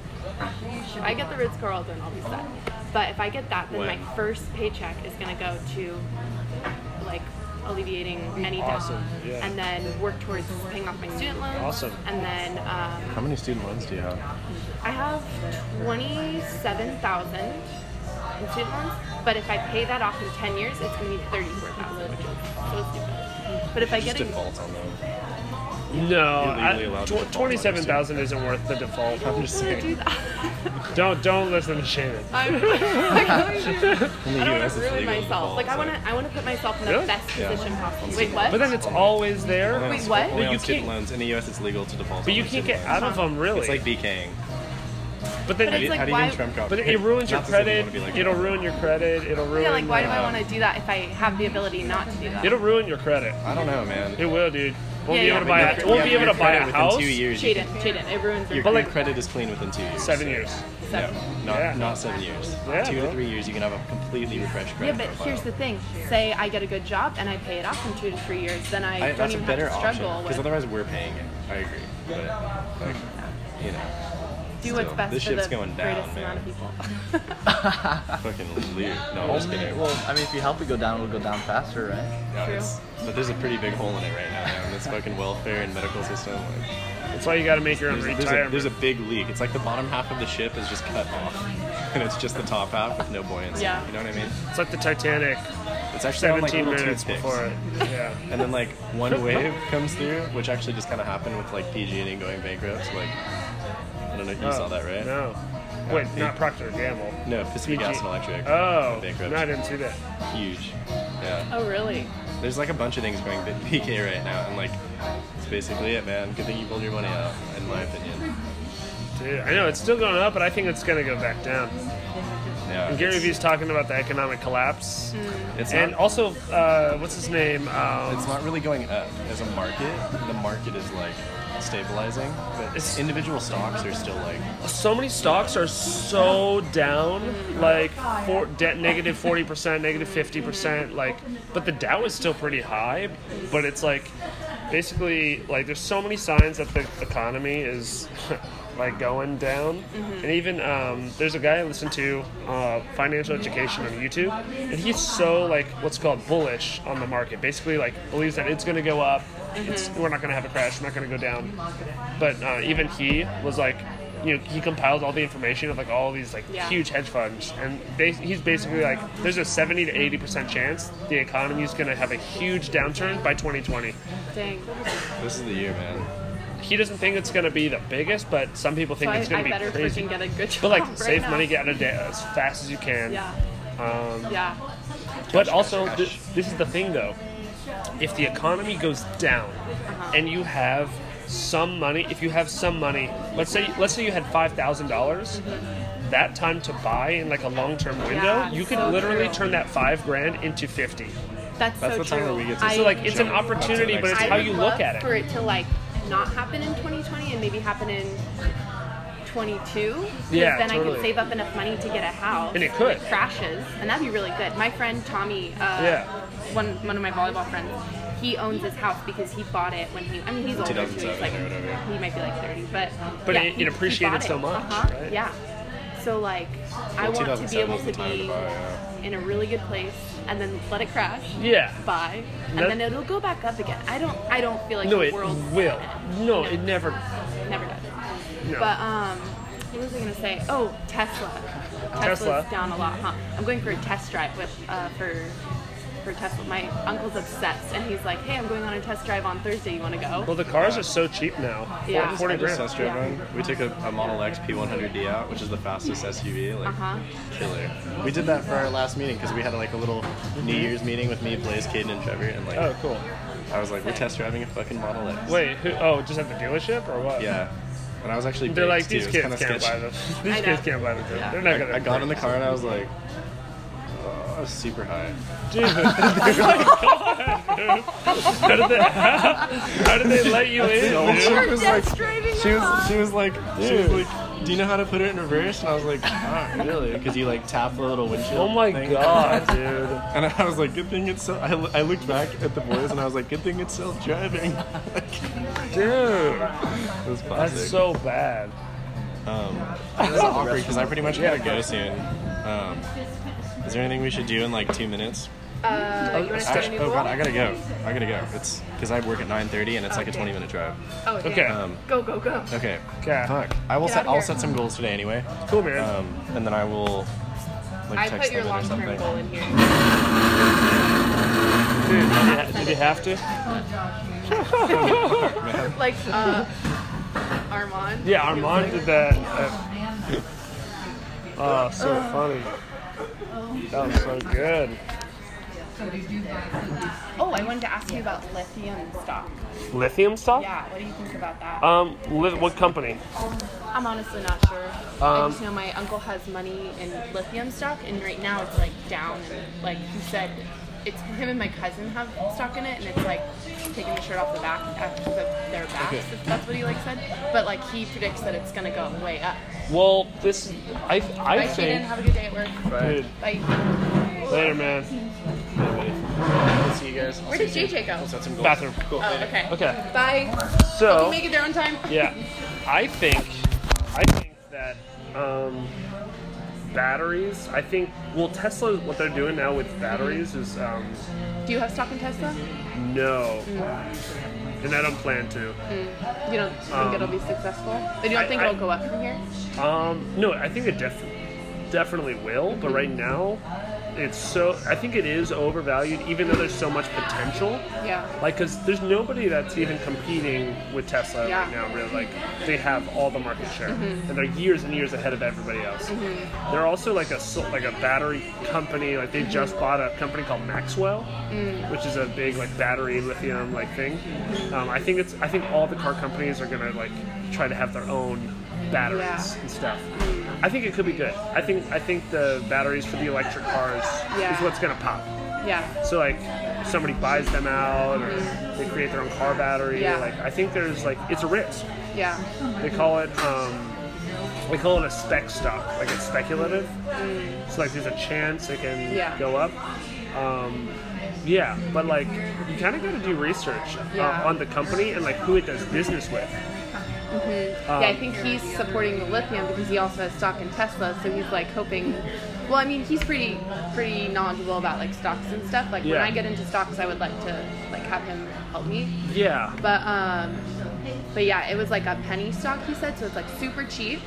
S4: if I get the Ritz Carlton, I'll be set. But if I get that, then
S3: When?
S4: my first paycheck is gonna go to like alleviating any debt,
S1: Awesome, yeah.
S4: and then work towards paying off my student loans.
S1: Awesome.
S4: And then um,
S3: How many student loans do you have?
S4: I have twenty seven thousand in student loans, but if I pay that off in ten years, it's gonna be thirty four thousand, which is so stupid. But if I
S3: Just
S4: get a
S3: default on them.
S1: No,
S3: legally allowed to default on your
S1: twenty-seven thousand isn't worth the default. I'm just
S4: I do
S1: saying.
S4: that.
S1: Don't don't listen to Shannon.
S4: I'm I
S3: Only
S4: don't want
S3: US
S4: to
S3: is
S4: ruin
S3: legal to
S4: myself.
S3: default,
S4: Like I
S3: so-
S4: want to, I want to put myself in the
S1: Really?
S4: best
S3: Yeah.
S4: position possible. Wait, what?
S1: But then it's always there.
S4: Wait, what?
S3: Only
S1: But
S3: on
S1: you
S3: student
S1: can't-
S3: loans in the U.S. it's legal to default.
S1: But
S3: on
S1: you
S3: your
S1: can't
S3: student
S1: get
S3: loans.
S1: out of them really.
S3: It's like BKing.
S1: but then
S4: But it's
S1: you-
S4: like,
S3: How do you
S4: why-
S3: think Trump got?
S1: but it,
S3: paid?
S1: ruins your
S3: Not to say
S1: credit.
S3: you wanna be like-
S1: it'll ruin your credit. It'll ruin.
S4: yeah, like why do I
S1: uh,
S4: want to
S3: um,
S4: do that if I have the ability not to do that?
S1: It'll ruin your credit.
S3: I don't know, man.
S1: It will, dude. We'll
S4: Yeah,
S1: be
S4: yeah.
S1: able to buy.
S3: Your
S1: A,
S3: cre-
S1: we'll
S3: yeah,
S1: be
S3: your
S1: able to buy a
S3: credit
S1: house.
S3: Within two years, you
S4: Cheating, cheating. It ruins your
S3: Your
S1: But,
S3: but
S1: like-
S3: credit is clean within two years.
S1: Seven
S3: so-
S1: years.
S3: No, not,
S1: Yeah.
S3: not seven years.
S1: Yeah,
S3: two
S1: bro.
S3: to three years, you can have a completely refreshed
S4: Yeah,
S3: credit.
S4: but
S3: profile.
S4: here's the thing. Say I get a good job and I pay it off in two to three years, then I,
S3: I,
S4: don't
S3: that's a
S4: even
S3: better
S4: have to struggle
S3: option because
S4: with
S3: otherwise we're paying it. I agree, but like, you know,
S4: do what's
S3: still,
S4: best
S3: this
S4: for
S3: ship's
S4: the
S3: going down,
S4: greatest
S3: man.
S4: amount of people.
S3: fucking leave. No, I'm just
S2: Only,
S3: kidding.
S2: well, I mean, if you help it go down, it'll go down faster, right?
S3: No, it's- but there's a pretty big hole in it right now, man. This fucking welfare and medical system. Like,
S1: That's why you got to make your own
S3: there's, there's a,
S1: retirement.
S3: there's a big leak. It's like the bottom half of the ship is just cut off, and it's just the top half with no buoyancy.
S4: Yeah.
S3: You know what I mean?
S1: it's like the Titanic.
S3: It's actually on, like
S1: Seventeen
S3: little
S1: minutes
S3: toothpicks.
S1: before it. Yeah.
S3: and then like one wave comes through, which actually just kind of happened with like PG&E E going bankrupt. So, like I don't know if you saw that, right?
S1: Oh, No. Wait,
S3: Yeah.
S1: not Procter and Gamble.
S3: No, Pacific
S1: PG.
S3: Gas and Electric.
S1: Oh,
S3: bankrupt.
S1: no, I didn't see that.
S3: Huge. Yeah.
S4: oh really?
S3: There's like a bunch of things going PK right now, and like it's basically it, man. Good thing you pulled your money out, in my opinion.
S1: Dude, I know it's still going up, but I think it's going to go back down.
S3: Yeah.
S1: And Gary Vee's talking about the economic collapse,
S3: It's
S1: and
S3: not,
S1: also uh, what's his name? Um,
S3: it's not really going up as a market. The market is like stabilizing, but
S1: It's-
S3: individual stocks are still like
S1: so many stocks are so down, like for, debt negative forty percent, negative fifty percent. Like, but the Dow is still pretty high. But it's like, basically, like there's so many signs that the economy is like going down. And even um, there's a guy I listen to, uh, financial education on YouTube, and he's so like what's called bullish on the market. Basically, like believes that it's going to go up. It's, we're not going to have a crash. We're not going to go down but uh, even he was like you know he compiled all the information of like all these like
S4: Yeah.
S1: huge hedge funds and bas- he's basically like there's a 70 to 80 percent chance the economy is going to have a huge downturn by 2020
S4: Dang.
S3: this is the year, man.
S1: he doesn't think it's going to be the biggest but some people
S4: So
S1: think
S4: I,
S1: it's going
S4: I
S1: to be
S4: better
S1: crazy
S4: freaking get a good job.
S1: but like
S4: right
S1: save
S4: now.
S1: money get out of debt as fast as you can
S4: Yeah.
S3: Um,
S4: yeah.
S1: But also, th- this is the thing though. If the economy goes down,
S4: Uh-huh.
S1: and you have some money, if you have some money, let's say let's say you had five thousand dollars, that time to buy in like a long term window,
S4: Yeah,
S1: you could
S4: so
S1: literally
S4: true.
S1: turn that five grand into fifty.
S4: That's,
S3: That's
S4: so
S3: the
S4: true.
S3: time where we get to-
S4: I-
S1: So like, it's an
S3: Jump up to the
S1: opportunity, but
S3: next
S1: it's
S4: I
S1: how
S4: would
S1: you
S4: love
S1: look at
S4: for
S1: it.
S4: it to like not happen in 2020 and maybe happen in 22. because
S1: Yeah,
S4: Then I
S1: totally.
S4: can save up enough money to get a house.
S1: And it could.
S4: when crashes, and that'd be really good. My friend Tommy, uh,
S1: Yeah.
S4: one one of my volleyball friends, he owns his house because he bought it when he. I mean, he's older too. He's
S3: 2007
S4: like
S3: or whatever.
S4: he might be like 30, but
S1: But
S4: yeah,
S1: it- it
S4: he- he
S1: appreciated
S4: bought
S1: so much,
S4: Uh-huh,
S1: right?
S4: Yeah. So like, I
S3: Well,
S4: want to be
S3: 2007
S4: able
S3: was the
S4: to
S3: time to
S4: be
S3: buy, yeah.
S4: in a really good place and then let it crash
S1: Yeah.
S4: buy, and
S1: That-
S4: then it'll go back up again. I don't, I don't feel like
S1: No,
S4: the
S1: it
S4: world
S1: will. No, it never.
S4: never does.
S1: No.
S4: But um, gonna say, oh, Tesla. Tesla's
S1: Tesla.
S4: down a lot, huh? I'm going for a test drive with uh, for for Tesla. My uncle's obsessed, and he's like, hey, I'm going on a test drive on Thursday. You want to go?
S1: Well, the cars are so cheap now.
S4: Yeah.
S1: Ford- Forty
S3: I just
S1: grand.
S3: test drove
S4: Yeah.
S3: one. We took a, a Model X P100D out, which is the fastest SUV. Like,
S4: Uh huh.
S3: killer. We did that for our last meeting because we had like a little New Year's meeting with me, Blaze, Caden, and Trevor, and like
S1: Oh, cool.
S3: I was like, we're test driving a fucking Model X.
S1: Wait, who, oh, just at the dealership or what?
S3: Yeah. And I was actually
S1: They're like,
S3: baked, too.
S1: these
S3: It was
S1: kids
S3: kinda
S1: can't buy
S3: sketchy.
S1: them. These
S4: I
S1: kids
S4: know.
S1: can't buy them.
S4: Yeah.
S1: They're not gonna.
S3: I, I got in the car and I was like, oh, I was super high.
S1: Jesus. How did they? How did they let you in? dude?
S3: she was like,
S4: driving
S3: she was, she was like, she was like, do you know how to put it in reverse? And I was like, not really, because you like tap the little windshield.
S1: Oh my
S3: thing.
S1: god, dude.
S3: And I was like, good thing it's. Self-. I, l- I looked back at the boys and I was like, good thing it's self-driving. like,
S1: Dude,
S3: it was classic.
S1: that's so bad.
S3: Um, this is awkward because I pretty much gotta go soon. Um, is there anything we should do in like two minutes?
S4: Uh, you want to start a
S3: Actually,
S4: new
S3: oh
S4: goal?
S3: god, I gotta go. I gotta go. It's because I work at 9:30 and it's like a 20 minute drive.
S4: Oh, yeah.
S1: Okay.
S3: Um,
S4: Go go go.
S3: okay.
S1: 'Kay.
S3: Fuck. I will
S4: Get
S3: set.
S4: out of
S3: I'll
S4: here.
S3: set some goals today anyway.
S1: Cool, man.
S3: Um, and then I will. Like,
S4: I
S3: text
S4: put your
S3: them in or
S4: long term
S3: something.
S4: goal in here.
S1: Dude, did you, ha- did you have to?
S4: Like uh, Armand.
S1: Yeah,
S4: He was
S1: Armand
S4: like-
S1: did that. Uh, oh, so funny. That was so good.
S4: Oh, I wanted to ask you about lithium stock.
S1: Lithium stuff?
S4: Yeah, what do you think about that?
S1: Um, li- what company?
S4: I'm honestly not sure. I
S1: Um,
S4: just know my uncle has money in lithium stock, and right now it's like down. And like he said, it's him and my cousin have stock in it, and it's like taking the shirt off the back after the, their backs. If that's what he like said. But like he predicts that it's gonna go way up.
S1: Well, this I
S4: Bye,
S1: I
S4: Kaden.
S1: think.
S4: Have a good day at work.
S1: Dude,
S4: Bye.
S1: later, man.
S3: See you guys.
S4: Where did JJ go?
S3: Set some goals.
S1: Bathroom.
S3: Cool.
S4: Oh, okay.
S1: Okay.
S4: Bye.
S1: So.
S4: You make it there on time.
S1: Yeah, I think, I think that um, batteries. I think well, Tesla. What they're doing now with batteries is um,
S4: Do you have stock in Tesla?
S1: no, and I don't plan to.
S4: You don't think it'll be successful? But you don't
S1: Um, I-
S4: think
S1: I-
S4: it'll go up from here?
S1: Um, no, I think it def- definitely will, but right now, it's so. I think it is overvalued, even though there's so much potential.
S4: Yeah.
S1: Like, cause there's nobody that's even competing with Tesla
S4: Yeah. Mm-hmm.
S1: right now. Really, like they have all the market share, and they're years and years ahead of everybody else. They're also like a sol- like a battery company. Like
S4: Mm-hmm.
S1: they just bought a company called Maxwell,
S4: Mm.
S1: which is a big like battery lithium like thing.
S4: Mm-hmm.
S1: Um, I think it's I think all the car companies are gonna like try to have their own batteries
S4: Yeah. Mm.
S1: and stuff. I think it could be good. I think I think the batteries for the electric cars is
S4: Yeah.
S1: what's gonna pop.
S4: Yeah.
S1: So like somebody buys them out or they create their own car battery.
S4: Yeah.
S1: Like I think there's like it's a risk.
S4: Yeah.
S1: They call it um they call it a spec stock. Like it's speculative. So like there's a chance it can
S4: Mm. Yeah.
S1: go up. Um yeah, but like you kind of got to do research uh,
S4: Yeah.
S1: on the company and like who it does business with.
S4: yeah, I think he's supporting the lithium because he also has stock in Tesla, so he's like hoping. Well, I mean, he's pretty pretty knowledgeable about like stocks and stuff. Like when
S1: Yeah.
S4: I get into stocks, I would like to like have him help me.
S1: Yeah,
S4: But um, but yeah, it was like a penny stock he said, so it's like super cheap,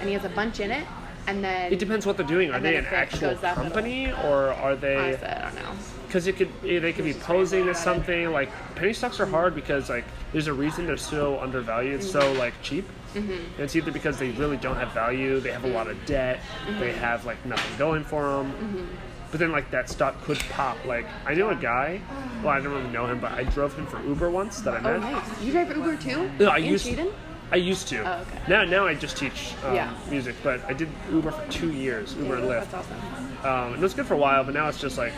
S4: and he has a bunch in it. And then
S1: it depends what they're doing. Are
S4: And then
S1: they an
S4: if it
S1: actual
S4: goes up, it'll-
S1: company or are they?
S4: Honestly, I don't know.
S1: because it could eh, they could be posing as something like penny stocks are hard because like there's a reason they're so undervalued so
S4: Mm-hmm.
S1: like cheap and it's either because they really don't have value they have a lot of debt they
S4: Mm-hmm.
S1: have like nothing going for them but then like that stock could pop like i know a guy well i don't really know him but i drove him for uber once that i met
S4: Oh, nice. You drive Uber too?
S1: no, I
S4: and
S1: used
S4: Jaden?
S1: I used to.
S4: Oh, okay.
S1: Now, now I just teach um,
S4: Yeah.
S1: music, but I did Uber for two years, Uber and Lyft
S4: That's awesome.
S1: um, and it was good for a while, but now it's just like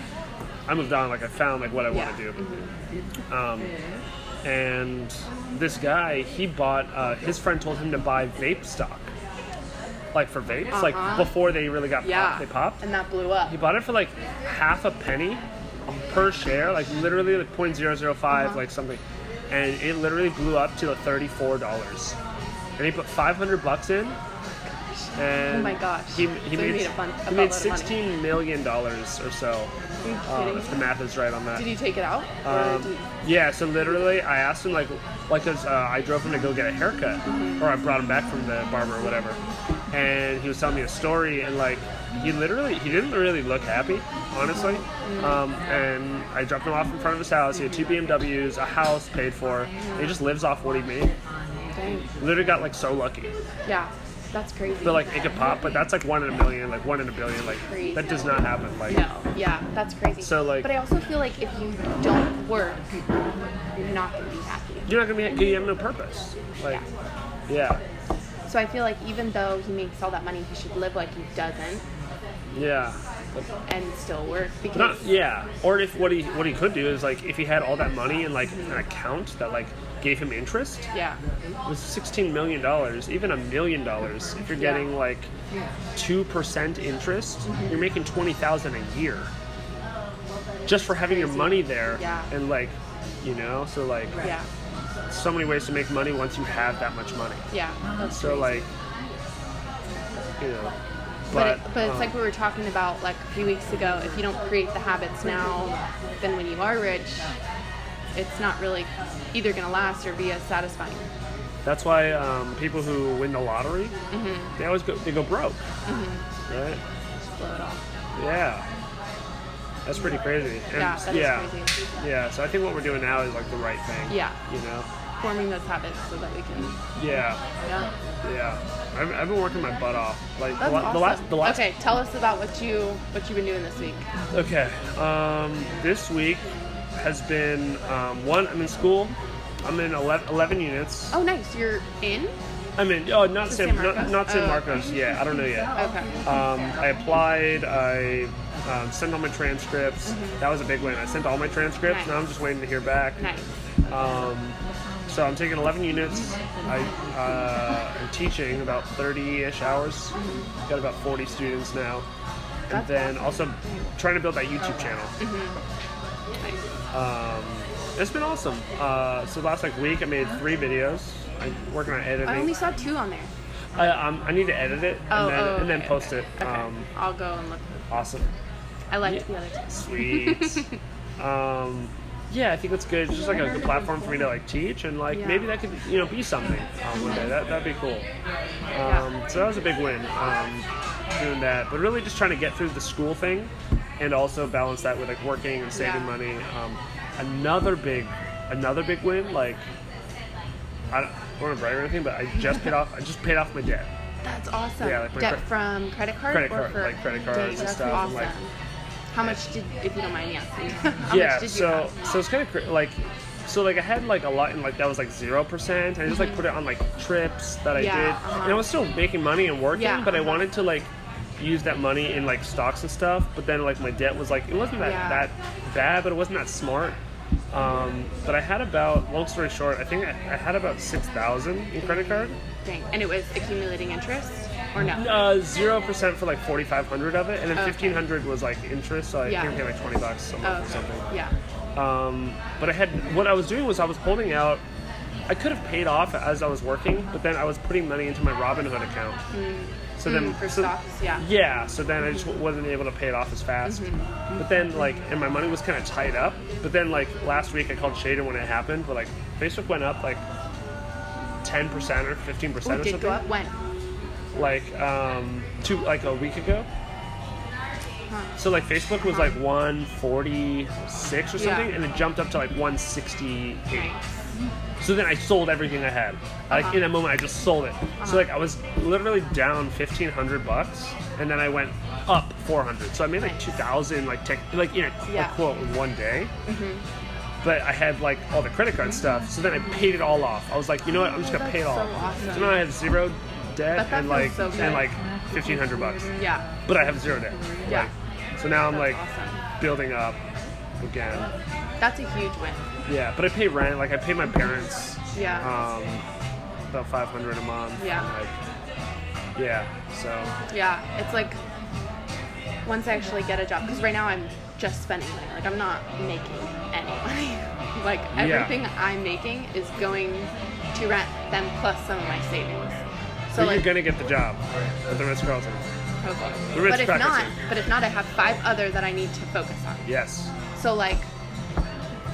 S1: I moved on. Like I found like what I want to
S4: Yeah.
S1: do. Um, and this guy, he bought. Uh, his friend told him to buy vape stock, like for vapes, like
S4: Uh-huh.
S1: before they really got
S4: Yeah.
S1: popped. They popped.
S4: And that blew up.
S1: He bought it for like half a penny per share, like literally like 0.005,
S4: Uh-huh.
S1: like something. And it literally blew up to like $34. And he put 500 bucks in. And
S4: Oh my gosh.
S1: He,
S4: So
S1: he
S4: he
S1: made,
S4: made a bun- a
S1: he made
S4: buttload of money.
S1: $16 million dollars or so.
S4: Are you
S1: Um,
S4: kidding?
S1: if the math is right on that.
S4: Did you take it out? Or
S1: Um,
S4: did-
S1: yeah, so literally, I asked him like, like, cause uh, I drove him to go get a haircut, or I brought him back from the barber or whatever, and he was telling me a story and like he literally he didn't really look happy honestly um, and i dropped him off in front of his house he had two bmws a house paid for and he just lives off what he made
S4: Dang.
S1: literally got like so lucky
S4: Yeah, that's crazy.
S1: but like it could pop but that's like one in a million like one in a billion like
S4: Crazy.
S1: that does not happen like
S4: No, yeah, that's crazy.
S1: So, like-
S4: but I also feel like if you don't work, you're not gonna be happy.
S1: you're not gonna be you have no purpose like yeah
S4: So I feel like even though he makes all that money, he should live like he doesn't
S1: yeah
S4: and still work because
S1: Not yeah. Or if what he what he could do is like if he had all that money in like an account that like gave him interest,
S4: yeah,
S1: it was sixteen million dollars, even a million dollars. If you're
S4: Yeah. Mm-hmm.
S1: getting like two percent interest, you're making twenty thousand a year just for having your money there.
S4: Yeah.
S1: And like, you know, so like,
S4: yeah,
S1: so many ways to make money once you have that much money.
S4: yeah. That's
S1: So
S4: crazy.
S1: like, you know,
S4: but
S1: but
S4: it, but it's
S1: um,
S4: like we were talking about like a few weeks ago. If you don't create the habits now, then when you are rich, it's not really either gonna last or be as satisfying.
S1: That's why um, people who win the lottery,
S4: Mm-hmm.
S1: they always go they go broke, right?
S4: Just blow it off.
S1: Yeah, that's pretty crazy. And
S4: Yeah, that is
S1: yeah,
S4: crazy.
S1: yeah. So I think what we're doing now is like the right thing.
S4: Yeah.
S1: you know.
S4: Forming those habits so that we can.
S1: Yeah,
S4: Yeah.
S1: yeah. I've, I've been working my butt off. Like
S4: That's
S1: the, la-
S4: awesome.
S1: the last, the last.
S4: Okay, tell us about what you what you've been doing this week.
S1: Okay. Um, this week has been um, one. I'm in school. I'm in 11, 11 units.
S4: Oh, nice. You're in.
S1: I'm in. Oh, not
S4: Is it
S1: San,
S4: San
S1: not,
S4: Marcos?
S1: not San
S4: Oh.
S1: Marcos. Yeah, I don't know yet.
S4: Okay.
S1: Um, I applied. I um, sent all my transcripts. That was a big win. I sent all my transcripts.
S4: Mm-hmm. Nice.
S1: Now I'm just waiting to hear back.
S4: Nice.
S1: Um, so I'm taking 11 units. I uh, am teaching about 30-ish hours. Got about 40 students now. And
S4: Mm-hmm. That's Oh,
S1: then also trying to build that YouTube channel.
S4: Mm-hmm. Nice. Uh-huh.
S1: Um, it's been awesome. Uh, so last like week I made three videos. I'm working on editing.
S4: I only saw two on there.
S1: I, um, I need to edit it and
S4: Oh,
S1: then,
S4: oh,
S1: and then
S4: okay,
S1: post
S4: okay.
S1: it.
S4: Okay.
S1: Um,
S4: I'll go and look.
S1: awesome.
S4: I liked the other two.
S1: Sweet. um, yeah, I think that's good. It's just like a good platform for me to like teach and like
S4: Yeah.
S1: maybe that could you know be something um, one day. That that'd be cool. Um, so that was a big win um, doing that, but really just trying to get through the school thing and also balance that with like working and saving
S4: Yeah.
S1: money. Um, another big another big win like. I don't, I don't want to brag or anything, but I just paid off. I just paid off my debt.
S4: That's awesome.
S1: Yeah, like my
S4: Debt
S1: cre-
S4: from credit card
S1: credit
S4: or
S1: card,
S4: for
S1: like credit
S4: Dang,
S1: cards and
S4: that's
S1: stuff, and,
S4: Awesome.
S1: like-
S4: How much did, if you don't mind me asking, how
S1: yeah,
S4: much did you
S1: so
S4: have?
S1: so it's kind of cr- like so like I had like a lot and like that was like zero percent. I just like put it on like trips that I
S4: Mm-hmm. Yeah,
S1: did,
S4: uh-huh.
S1: and I was still making money and working,
S4: Yeah,
S1: but I
S4: uh-huh.
S1: wanted to like use that money in like stocks and stuff. But then like my debt was like it wasn't that
S4: Yeah.
S1: that bad, but it wasn't that smart. Um, but I had about long story short, I think I, I had about six thousand in credit card.
S4: Dang. And it was accumulating interest or no?
S1: Uh, Zero percent for like forty five hundred of it, and then
S4: Okay.
S1: fifteen hundred was like interest. So I
S4: Yeah.
S1: think I paid like twenty bucks a
S4: Oh,
S1: month
S4: okay.
S1: or something.
S4: Yeah.
S1: Um, but I had what I was doing was I was holding out. I could have paid off as I was working, but then I was putting money into my Robinhood account. So then,
S4: Mm, for
S1: Um, so-
S4: stocks, yeah.
S1: yeah. So then I just wasn't able to pay it off as fast.
S4: Mm-hmm.
S1: But then, like, and my money was kind of tied up. But then, like, last week I called Shaden when it happened. But like, Facebook went up like ten percent or fifteen
S4: Ooh,
S1: percent
S4: did
S1: or
S4: it
S1: something.
S4: go up when?
S1: Like, um, two like a week ago. So like Facebook was like 146 or
S4: Yeah.
S1: something, and it jumped up to like 168.
S4: Nice.
S1: So then I sold everything I had. Like
S4: Uh-huh.
S1: in a moment, I just sold it. So like I was literally down fifteen hundred bucks, and then I went up four hundred. So I made like
S4: Nice.
S1: two thousand, like tech, like in a,
S4: Yeah. Mm-hmm.
S1: a quote in one day. But I had like all the credit card stuff, so then I paid it all off. I was like, you know what? I'm just gonna pay it all.
S4: That's so
S1: off.
S4: awesome.
S1: So now I have zero debt
S4: But that
S1: and
S4: feels
S1: like
S4: so good.
S1: and like fifteen hundred bucks,
S4: Yeah.
S1: but I have zero debt.
S4: Yeah.
S1: So now I'm
S4: That's
S1: like
S4: awesome.
S1: building up again.
S4: That's a huge win.
S1: Yeah, but I pay rent. Like I pay my parents.
S4: Yeah.
S1: Um, about five hundred a month.
S4: Yeah.
S1: and, Like, yeah. So
S4: Yeah, it's like once I actually get a job, because right now I'm just spending money. Like I'm not making any money. like everything I'm making is going to rent them plus some of my savings. So
S1: but
S4: like,
S1: you're gonna get the job at the Ritz Carlton.
S4: hopefully.
S1: The Ritz
S4: but if
S1: crackers
S4: not,
S1: in.
S4: but if not, I have five other that I need to focus on.
S1: Yes.
S4: So like,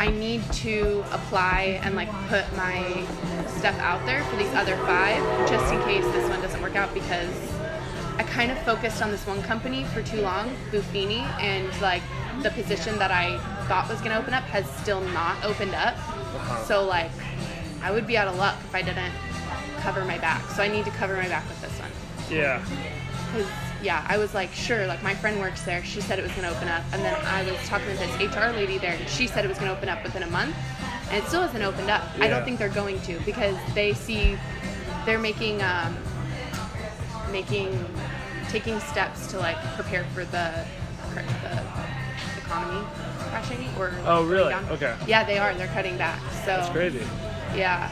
S4: I need to apply and like put my stuff out there for these other five, just in case this one doesn't work out because I kind of focused on this one company for too long, Buffini, and like the position that I thought was gonna open up has still not opened up. So like, I would be out of luck if I didn't cover my back. So I need to cover my back with this one.
S1: Yeah.
S4: Cause yeah, I was like, sure. Like my friend works there. She said it was gonna open up, and then I was talking to this HR lady there, and she said it was gonna open up within a month, and it still hasn't opened up. I
S1: Yeah.
S4: don't think they're going to because they see they're making um, making taking steps to like prepare for the cr- the economy crashing or like,
S1: Oh, really?
S4: going down.
S1: Okay.
S4: Yeah, they are. They're cutting back. So
S1: That's crazy.
S4: yeah.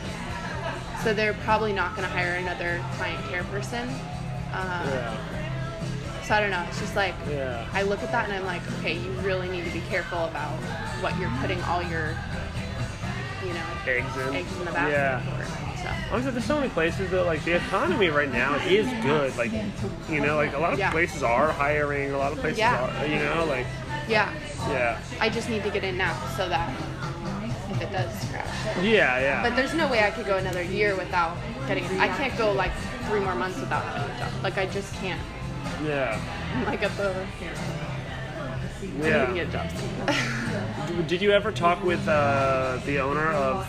S4: So they're probably not going to hire another client care person. Uh,
S1: Yeah.
S4: So I don't know. It's just like
S1: Yeah.
S4: I look at that and I'm like, okay, you really need to be careful about what you're putting all your, you know,
S1: Eggs in.
S4: eggs in the basket
S1: Yeah.
S4: for. So.
S1: Honestly, there's so many places that like the economy right now is good. Like, you know, like a lot of
S4: Yeah.
S1: places are hiring. A lot of places
S4: Yeah.
S1: are, you know, like,
S4: Yeah,
S1: yeah,
S4: I just need to get in now so that if it does crash.
S1: yeah, yeah.
S4: But there's no way I could go another year without getting. I can't go like three more months without having a job. Like I just can't.
S1: yeah,
S4: I'm like at the I need to
S1: yeah.
S4: get a job. soon.
S1: D- Did you ever talk with uh, the owner of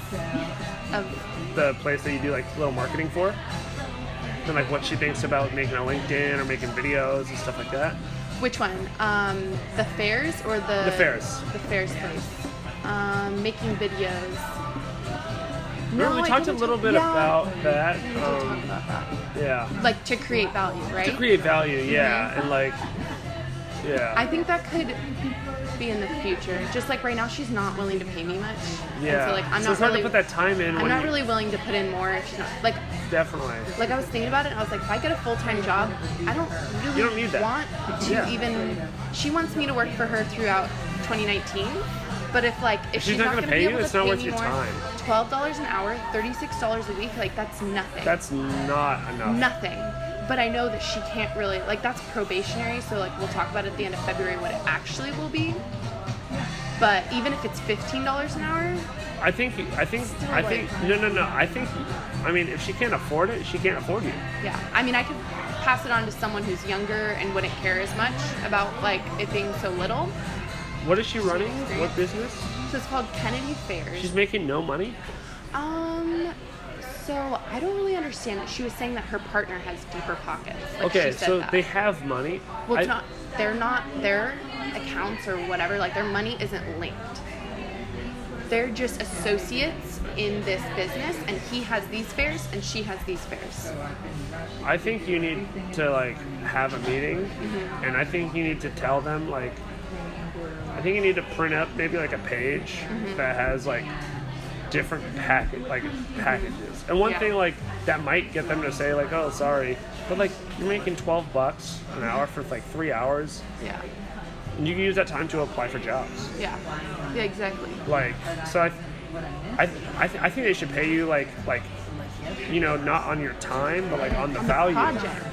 S4: Of
S1: the place that you do like little marketing for? And like what she thinks about making a LinkedIn or making videos and stuff like that?
S4: Which one? Um, the fairs or the
S1: The fairs.
S4: The fairs place. Um, making videos.
S1: Remember, we
S4: I
S1: talked a
S4: didn't
S1: little
S4: talk-
S1: bit
S4: yeah.
S1: about that.
S4: We did talk
S1: Um,
S4: about that.
S1: yeah.
S4: Like to create value, right?
S1: To create value, yeah. And like, yeah.
S4: I think that could be in the future. Just like right now, she's not willing to pay me much. And
S1: Yeah.
S4: so like I'm
S1: So
S4: not
S1: it's hard to
S4: really
S1: put that time in
S4: I'm
S1: when
S4: not
S1: you-
S4: really willing to put in more if she's not like
S1: Definitely.
S4: like I was thinking about it and I was like if I get a full time job, I don't really
S1: You don't need that.
S4: want to
S1: Yeah.
S4: even she wants me to work for her throughout twenty nineteen. But if like if
S1: she's
S4: she's,
S1: not gonna
S4: gonna
S1: pay
S4: be
S1: you,
S4: able to
S1: it's not
S4: pay
S1: worth
S4: me
S1: your
S4: more,
S1: time.
S4: Twelve dollars an hour, thirty six dollars a week, like that's nothing.
S1: That's not enough.
S4: nothing. But I know that she can't really like that's probationary, so like we'll talk about at the end of February what it actually will be. But even if it's fifteen dollars an hour,
S1: I think. I think.
S4: Still
S1: I think.
S4: like-
S1: No, no, no. I think. I mean, if she can't afford it, she can't afford you.
S4: yeah. I mean I could pass it on to someone who's younger and wouldn't care as much about like it being so little.
S1: What is she running? What business?
S4: So it's called Kennedy Fairs.
S1: She's making no money.
S4: um so I don't really understand it. She was saying that her partner has deeper pockets. Like, she
S1: Okay,
S4: said
S1: so
S4: that.
S1: they have money.
S4: Well, it's
S1: I-
S4: not. They're not. Their accounts or whatever, like their money isn't linked. They're just associates in this business, and he has these fairs, and she has these fairs.
S1: I think you need to like have a meeting,
S4: Mm-hmm.
S1: and I think you need to tell them like. I think you need to print up maybe like a page
S4: Mm-hmm.
S1: that has like different packet like packages. And one
S4: Yeah.
S1: thing like that might get them to say like, "Oh, sorry," but like you're making twelve bucks an hour for like three hours,
S4: Yeah,
S1: and you can use that time to apply for jobs.
S4: yeah, yeah, exactly.
S1: Like, so I, I, I, I think they should pay you like like, you know, not on your time, but like on the value.
S4: Project.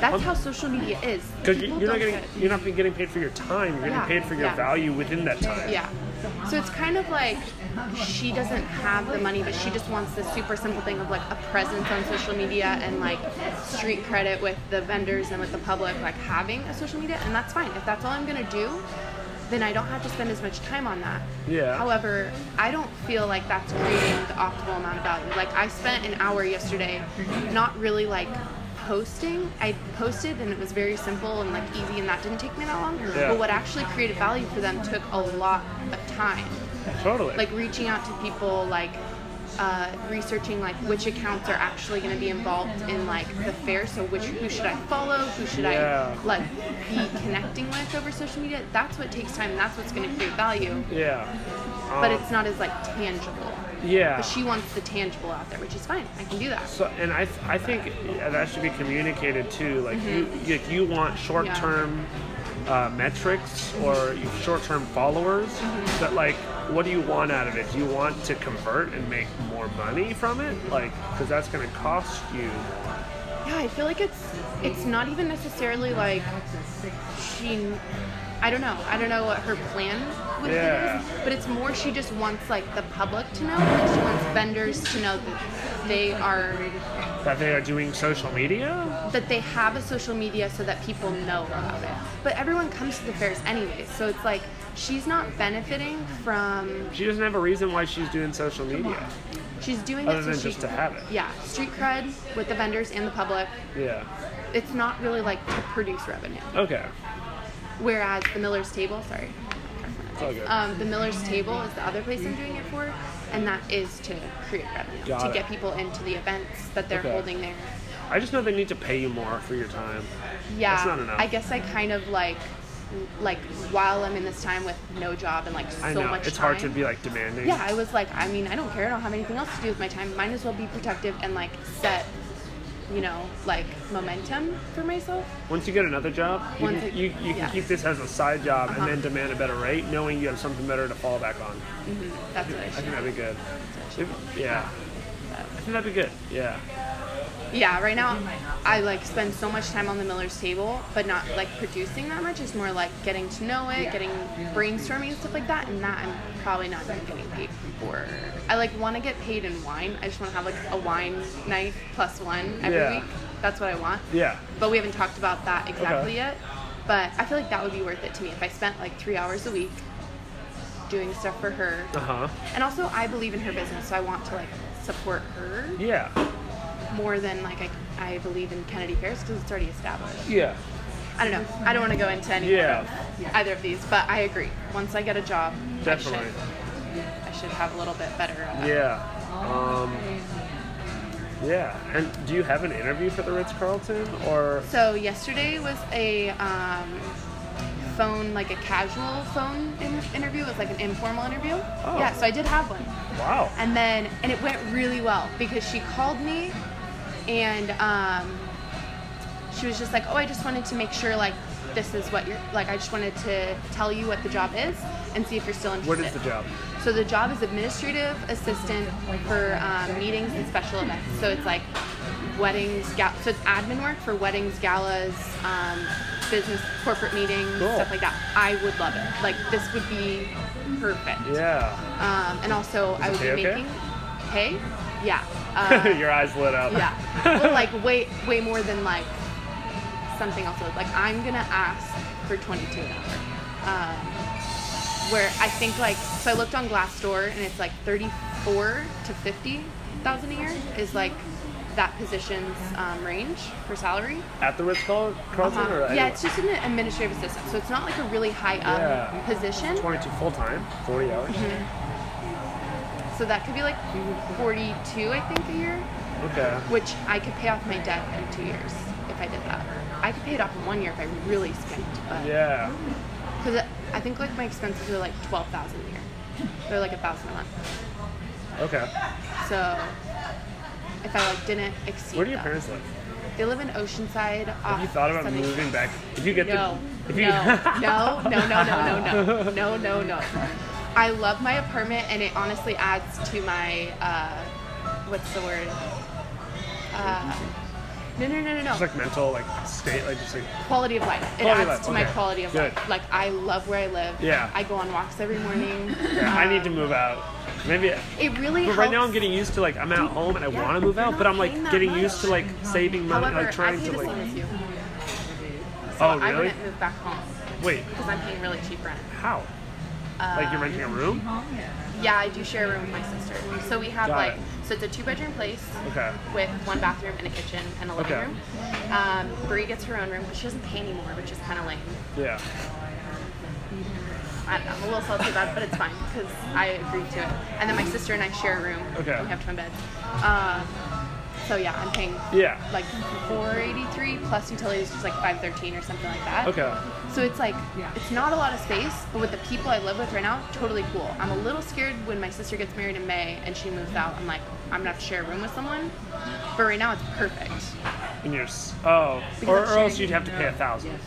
S4: That's how social media is.
S1: Because you're
S4: People
S1: not
S4: don't
S1: getting
S4: get it.
S1: you're not being getting paid for your time. You're getting
S4: Yeah,
S1: paid for your
S4: yeah.
S1: value within that time.
S4: Yeah. So it's kind of like she doesn't have the money, but she just wants the super simple thing of like a presence on social media and like street credit with the vendors and with the public, like having a social media. And that's fine. If that's all I'm going to do, then I don't have to spend as much time on that.
S1: Yeah.
S4: However, I don't feel like that's creating the optimal amount of value. Like I spent an hour yesterday not really like posting. I posted and it was very simple and like easy and that didn't take me that long.
S1: Yeah.
S4: But what actually created value for them took a lot of time.
S1: Totally.
S4: Like reaching out to people, like uh, researching like which accounts are actually going to be involved in like the fair. So which who should I follow? Who should
S1: Yeah.
S4: I like be connecting with over social media? That's what takes time. and That's what's going to create value.
S1: yeah.
S4: But it's not as like tangible.
S1: Yeah.
S4: But she wants the tangible out there, which is fine. I can do that.
S1: So, and I, I think that should be communicated too. Like
S4: Mm-hmm.
S1: you, like you want short-term uh, metrics or you- short-term followers,
S4: Mm-hmm.
S1: but like, what do you want out of it? Do you want to convert and make more money from it? Like, because that's going to cost you.
S4: Yeah, I feel like it's it's not even necessarily like she. I don't know. I don't know what her plan with
S1: Yeah.
S4: it is, but it's more she just wants like the public to know. Like she wants vendors to know that they are
S1: that they are doing social media.
S4: that they have a social media so that people know about it. But everyone comes to the fairs anyway, so it's like she's not benefiting from.
S1: She doesn't have a reason why she's doing social media.
S4: She's doing
S1: Other
S4: it
S1: than
S4: so she,
S1: just to have it.
S4: Yeah, street cred with the vendors and the public.
S1: Yeah.
S4: It's not really like to produce revenue.
S1: Okay.
S4: Whereas the Miller's Table, sorry,
S1: It's all good.
S4: um, the Miller's Table is the other place I'm doing it for, and that is to create revenue
S1: Got
S4: to
S1: it.
S4: get people into the events that they're
S1: Okay.
S4: holding there.
S1: I just know they need to pay you more for your time.
S4: Yeah,
S1: That's not enough.
S4: I guess I kind of like, like while I'm in this time with no job and like so
S1: I know
S4: much
S1: it's
S4: time.
S1: hard to be like demanding.
S4: yeah, I was like, I mean, I don't care. I don't have anything else to do with my time. Might as well be productive and like set, you know, like momentum for myself.
S1: Once you get another job, you
S4: Once
S1: can,
S4: I-
S1: you, you
S4: yeah.
S1: can keep this as a side job
S4: Uh-huh.
S1: and then demand a better rate, knowing you have something better to fall back on.
S4: That's what I
S1: I
S4: should.
S1: think that'd be good. If- yeah. I think that'd be good. Yeah.
S4: Yeah, right now I like spend so much time on the Miller's table, but not like producing that much. It's more like getting to know it, getting brainstorming and stuff like that. And that I'm probably not even getting paid for. I like want to get paid in wine. I just want to have like a wine night plus one every
S1: Yeah.
S4: week. That's what I want.
S1: Yeah.
S4: But we haven't talked about that exactly
S1: Okay.
S4: yet. But I feel like that would be worth it to me if I spent like three hours a week doing stuff for her.
S1: Uh huh.
S4: And also, I believe in her business, so I want to like support her
S1: Yeah.
S4: more than like I, I believe in Kennedy Fairs because it's already established.
S1: Yeah.
S4: I don't know. I don't want to go into any
S1: Yeah.
S4: either of these, but I agree. Once I get a job, I
S1: Definitely.
S4: should, I should have a little bit better. Of it.
S1: Yeah. Um, yeah. And do you have an interview for the Ritz Carlton or?
S4: So yesterday was a um, phone, like a casual phone in- interview. It was like an informal interview.
S1: Oh.
S4: Yeah. So I did have one.
S1: Wow.
S4: and then and it went really well because she called me and um, she was just like oh i just wanted to make sure like this is what you're like i just wanted to tell you what the job is and see if you're still interested
S1: What is the job?
S4: so the job is administrative assistant for um, meetings and special events so it's like weddings ga- so it's admin work for weddings galas um, business corporate meetings
S1: Cool.
S4: stuff like that i would love it like this would be perfect
S1: Yeah.
S4: um, and also, I
S1: it
S4: would be
S1: pay okay?
S4: making pay. Yeah. Uh,
S1: Your eyes lit up.
S4: yeah. Well, like way way more than like something else. would. Like I'm gonna ask for 22 an hour. Um, where I think like so I looked on Glassdoor and it's like 34 to 50 thousand a year is like that position's um, range for salary.
S1: At the Ritz Carl- Carlton
S4: Uh-huh.
S1: or
S4: Yeah, it's just an administrative assistant, so it's not like a really high up
S1: Yeah.
S4: position.
S1: 22 full time, 40 hours.
S4: So that could be like 42, I think, a year.
S1: Okay.
S4: which I could pay off my debt in two years if I did that. I could pay it off in one year if I really spent, but
S1: Yeah.
S4: because I think like my expenses are like twelve thousand a year, they're like a thousand a month.
S1: Okay.
S4: So if I like didn't exceed,
S1: Where do your
S4: that-
S1: parents live?
S4: They live in Oceanside.
S1: Have you thought about moving back? If you get
S4: Ah, No,
S1: the, if you,
S4: no, no, no, no, no, no, no, no, no, no. I love my apartment, and it honestly adds to my uh, what's the word? Uh, no, no, no, no, no.
S1: just like mental, like state, like just like
S4: quality of life. It
S1: Quality of
S4: adds
S1: life,
S4: to my
S1: okay.
S4: quality of
S1: Good.
S4: life. Like I love where I live.
S1: Yeah.
S4: I go on walks every morning.
S1: yeah, I need to
S4: Um,
S1: move out. Maybe,
S4: It really.
S1: but
S4: helps.
S1: right now I'm getting used to like I'm at home and I
S4: Yeah,
S1: want to move
S4: you're
S1: out,
S4: not
S1: but I'm like
S4: paying that
S1: getting
S4: much.
S1: used to like saving money,
S4: However,
S1: like trying
S4: I pay
S1: to
S4: the
S1: like.
S4: same as you. So
S1: oh
S4: I
S1: really?
S4: wouldn't move back home
S1: Wait,
S4: because I'm paying really cheap rent.
S1: how? like you're
S4: Uh,
S1: renting a room?
S4: mm-hmm. Yeah, I do share a room with my sister. So we have
S1: Got
S4: like
S1: it.
S4: so it's a two bedroom place.
S1: Okay.
S4: With one bathroom and a kitchen and a living
S1: Okay.
S4: room. Um, Bree gets her own room, but she doesn't pay anymore, which is kind of lame.
S1: Yeah.
S4: I don't know, I'm a little salty about it, but it's fine because I agreed to it. And then my sister and I share a room.
S1: Okay.
S4: We have twin beds. Um, so yeah, I'm paying
S1: Yeah.
S4: like 483 plus utilities, which is like 513 or something like that.
S1: Okay.
S4: So it's like it's not a lot of space, but with the people I live with right now, totally cool. I'm a little scared when my sister gets married in May and she moves out. I'm like, I'm gonna have to share a room with someone. But right now, it's perfect.
S1: And you're s- oh,
S4: Because
S1: or,
S4: I'm
S1: or else
S4: sharing-
S1: you'd have to pay a thousand.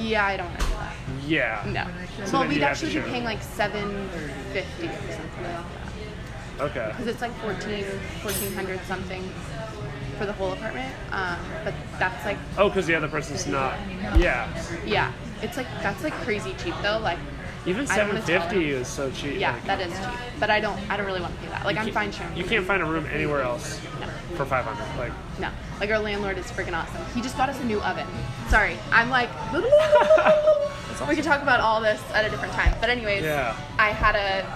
S4: Yeah, I don't want to do that.
S1: Yeah.
S4: No.
S1: So
S4: well,
S1: then
S4: we'd
S1: you'd have
S4: actually
S1: to
S4: be
S1: share.
S4: paying like 750 or something like that.
S1: Okay.
S4: because it's like 14, 1400 something for the whole apartment. Um, but that's like,
S1: Oh, because the other person's not. Yeah.
S4: yeah, it's like that's like crazy cheap though. Like,
S1: Even
S4: I don't
S1: seven
S4: wanna tell
S1: fifty
S4: them.
S1: is so cheap.
S4: yeah,
S1: like-
S4: that is cheap. But I don't, I don't really want to pay that. Like, I'm fine sharing.
S1: You can't find a room anywhere else.
S4: No.
S1: for 500. Like,
S4: No, like our landlord is freaking awesome. He just got us a new oven. Sorry, I'm like, we could talk about all this at a different time. But anyways,
S1: Yeah.
S4: I had a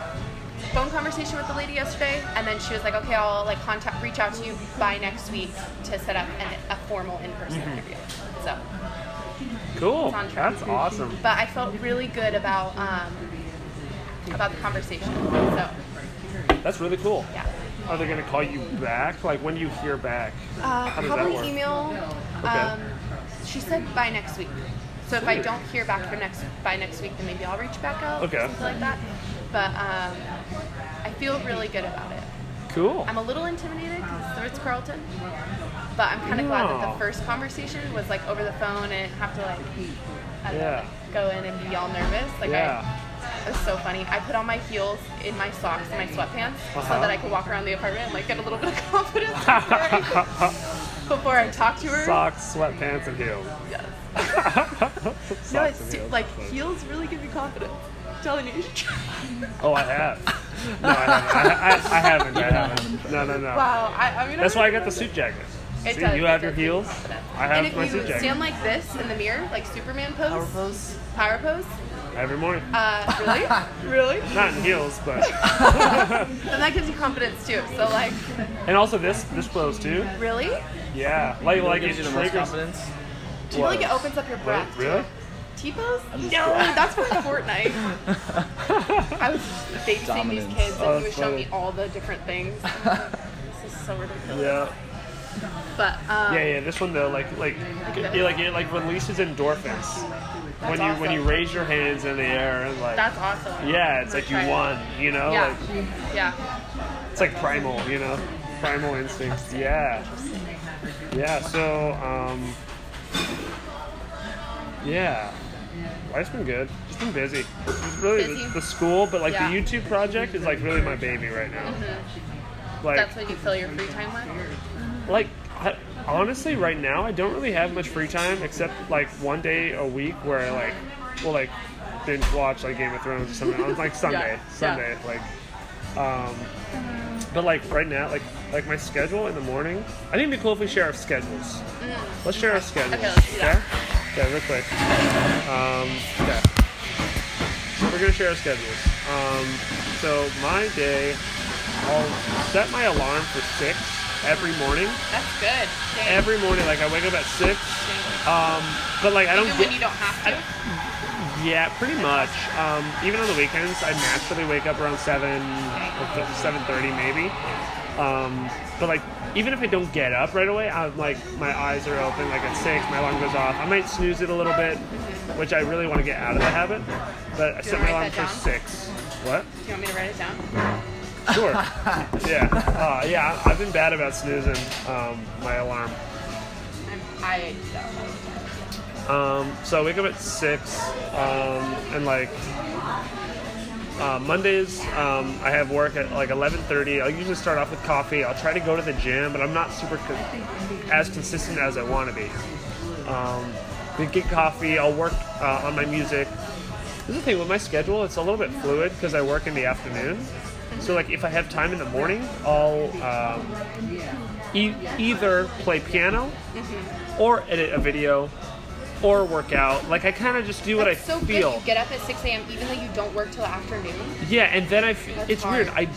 S4: phone conversation with the lady yesterday, and then she was like, okay, I'll like contact, reach out to you by next week to set up an, a formal in-person interview. So,
S1: cool.
S4: on track.
S1: That's awesome.
S4: but I felt really good about um, about the conversation. So,
S1: That's really cool.
S4: yeah.
S1: Are they going to call you back? Like, when do you hear back?
S4: Uh,
S1: How does that work?
S4: probably email.
S1: Okay.
S4: Um, she said by next week. So if I don't hear back for next by next week, then maybe I'll reach back out.
S1: Okay.
S4: Or something like that. But um, I feel really good about it.
S1: Cool.
S4: I'm a little intimidated because it's Carlton, but I'm kind of glad that
S1: No.
S4: the first conversation was like over the phone and have to like, I don't know,
S1: Yeah.
S4: like, go in and be all nervous. Like
S1: Yeah.
S4: I, it was so funny. I put on my heels in my socks and my sweatpants
S1: Uh-huh.
S4: so that I could walk around the apartment and like get a little bit of confidence before I, before I talk to her.
S1: Socks, sweatpants, and heels.
S4: Yes.
S1: Socks
S4: No, it's
S1: and
S4: too,
S1: heels.
S4: like heels really give you confidence. I'm telling you, you should try.
S1: Oh, I have. No, I haven't. I, I, I haven't. I haven't. No, no, no.
S4: Wow, I, I mean,
S1: That's
S4: I'm
S1: why I got the
S4: impressed.
S1: suit jacket.
S4: It
S1: See,
S4: does,
S1: you
S4: it
S1: have
S4: does
S1: your
S4: give you
S1: heels.
S4: confidence.
S1: I have
S4: and
S1: my
S4: if you
S1: suit jacket
S4: stand like this in the mirror, like Superman pose,
S2: Power pose?
S4: power pose,
S1: every morning.
S4: uh, really, really,
S1: Not in heels, but
S4: then that gives you confidence too. So like,
S1: and also this this blows too.
S4: really,
S1: Yeah, like like it
S2: gives you the most
S1: triggers.
S2: confidence.
S4: do you feel like it opens up your breath?
S1: Wait,
S4: too?
S1: Really?
S4: T pose? No,
S2: just kidding.
S4: that's for Fortnite. I was babysitting
S2: Dominance.
S4: these kids,
S1: Oh,
S4: and he was
S1: that's
S4: showing
S1: funny.
S4: me all the different things. this is so ridiculous.
S1: Yeah.
S4: But um,
S1: Yeah, yeah. This one though, like like it like it like releases endorphins when you when you
S4: awesome.
S1: raise your hands in the air and like
S4: that's awesome.
S1: yeah, it's
S4: I'm
S1: like you
S4: gonna try
S1: won.
S4: it.
S1: You know,
S4: Yeah,
S1: like
S4: yeah.
S1: it's like primal. You know, primal instincts. Yeah. Yeah. So um. Yeah. Life's been good. Just been busy. It's really
S4: Busy?
S1: The, the school, but like
S4: Yeah.
S1: the YouTube project is like really my baby right now. Like
S4: Mm-hmm. That's what you fill your free time with.
S1: like I, honestly right now i don't really have much free time except like one day a week where i like will like binge watch like game of thrones or something on like sunday
S4: yeah.
S1: sunday like um but like right now like like my schedule in the morning i think it'd be cool if we share our schedules let's share our schedules
S4: Mm. Okay, let's do that.
S1: okay okay real quick um yeah we're gonna share our schedules um so my day i'll set my alarm for six every morning
S4: That's good. Dang.
S1: every morning. Like I wake up at six, um, but like I don't
S4: Even
S1: get.
S4: when you don't have to.
S1: yeah, pretty much. Um, even on the weekends, I naturally wake up around seven, seven thirty maybe. Um, but like even if I don't get up right away, I'm like my eyes are open. Like at six, my alarm goes off. I might snooze it a little bit, which I really want to get out of the habit. But I set my
S4: write
S1: alarm
S4: that
S1: for
S4: down?
S1: six. What?
S4: Do you want me to write it down?
S1: Sure. yeah. Uh, yeah. I- I've been bad about snoozing um, my alarm.
S4: I'm, I do that.
S1: Um, so I wake up at six, um, and like uh, Mondays, um, I have work at like eleven thirty. I'll usually start off with coffee. I'll try to go to the gym, but I'm not super con- as consistent as I want to be. Um, we get coffee. I'll work uh, on my music. This is the thing with my schedule; it's a little bit fluid because I work in the afternoon. So like, if I have time in the morning, I'll um, e- either play piano or edit a video or work out. Like I kind of just do what I
S4: That's so
S1: feel.
S4: good. You get up at 6 a.m. even though you don't work till afternoon.
S1: Yeah, and then I. f-
S4: That's
S1: It's
S4: hard.
S1: weird. I,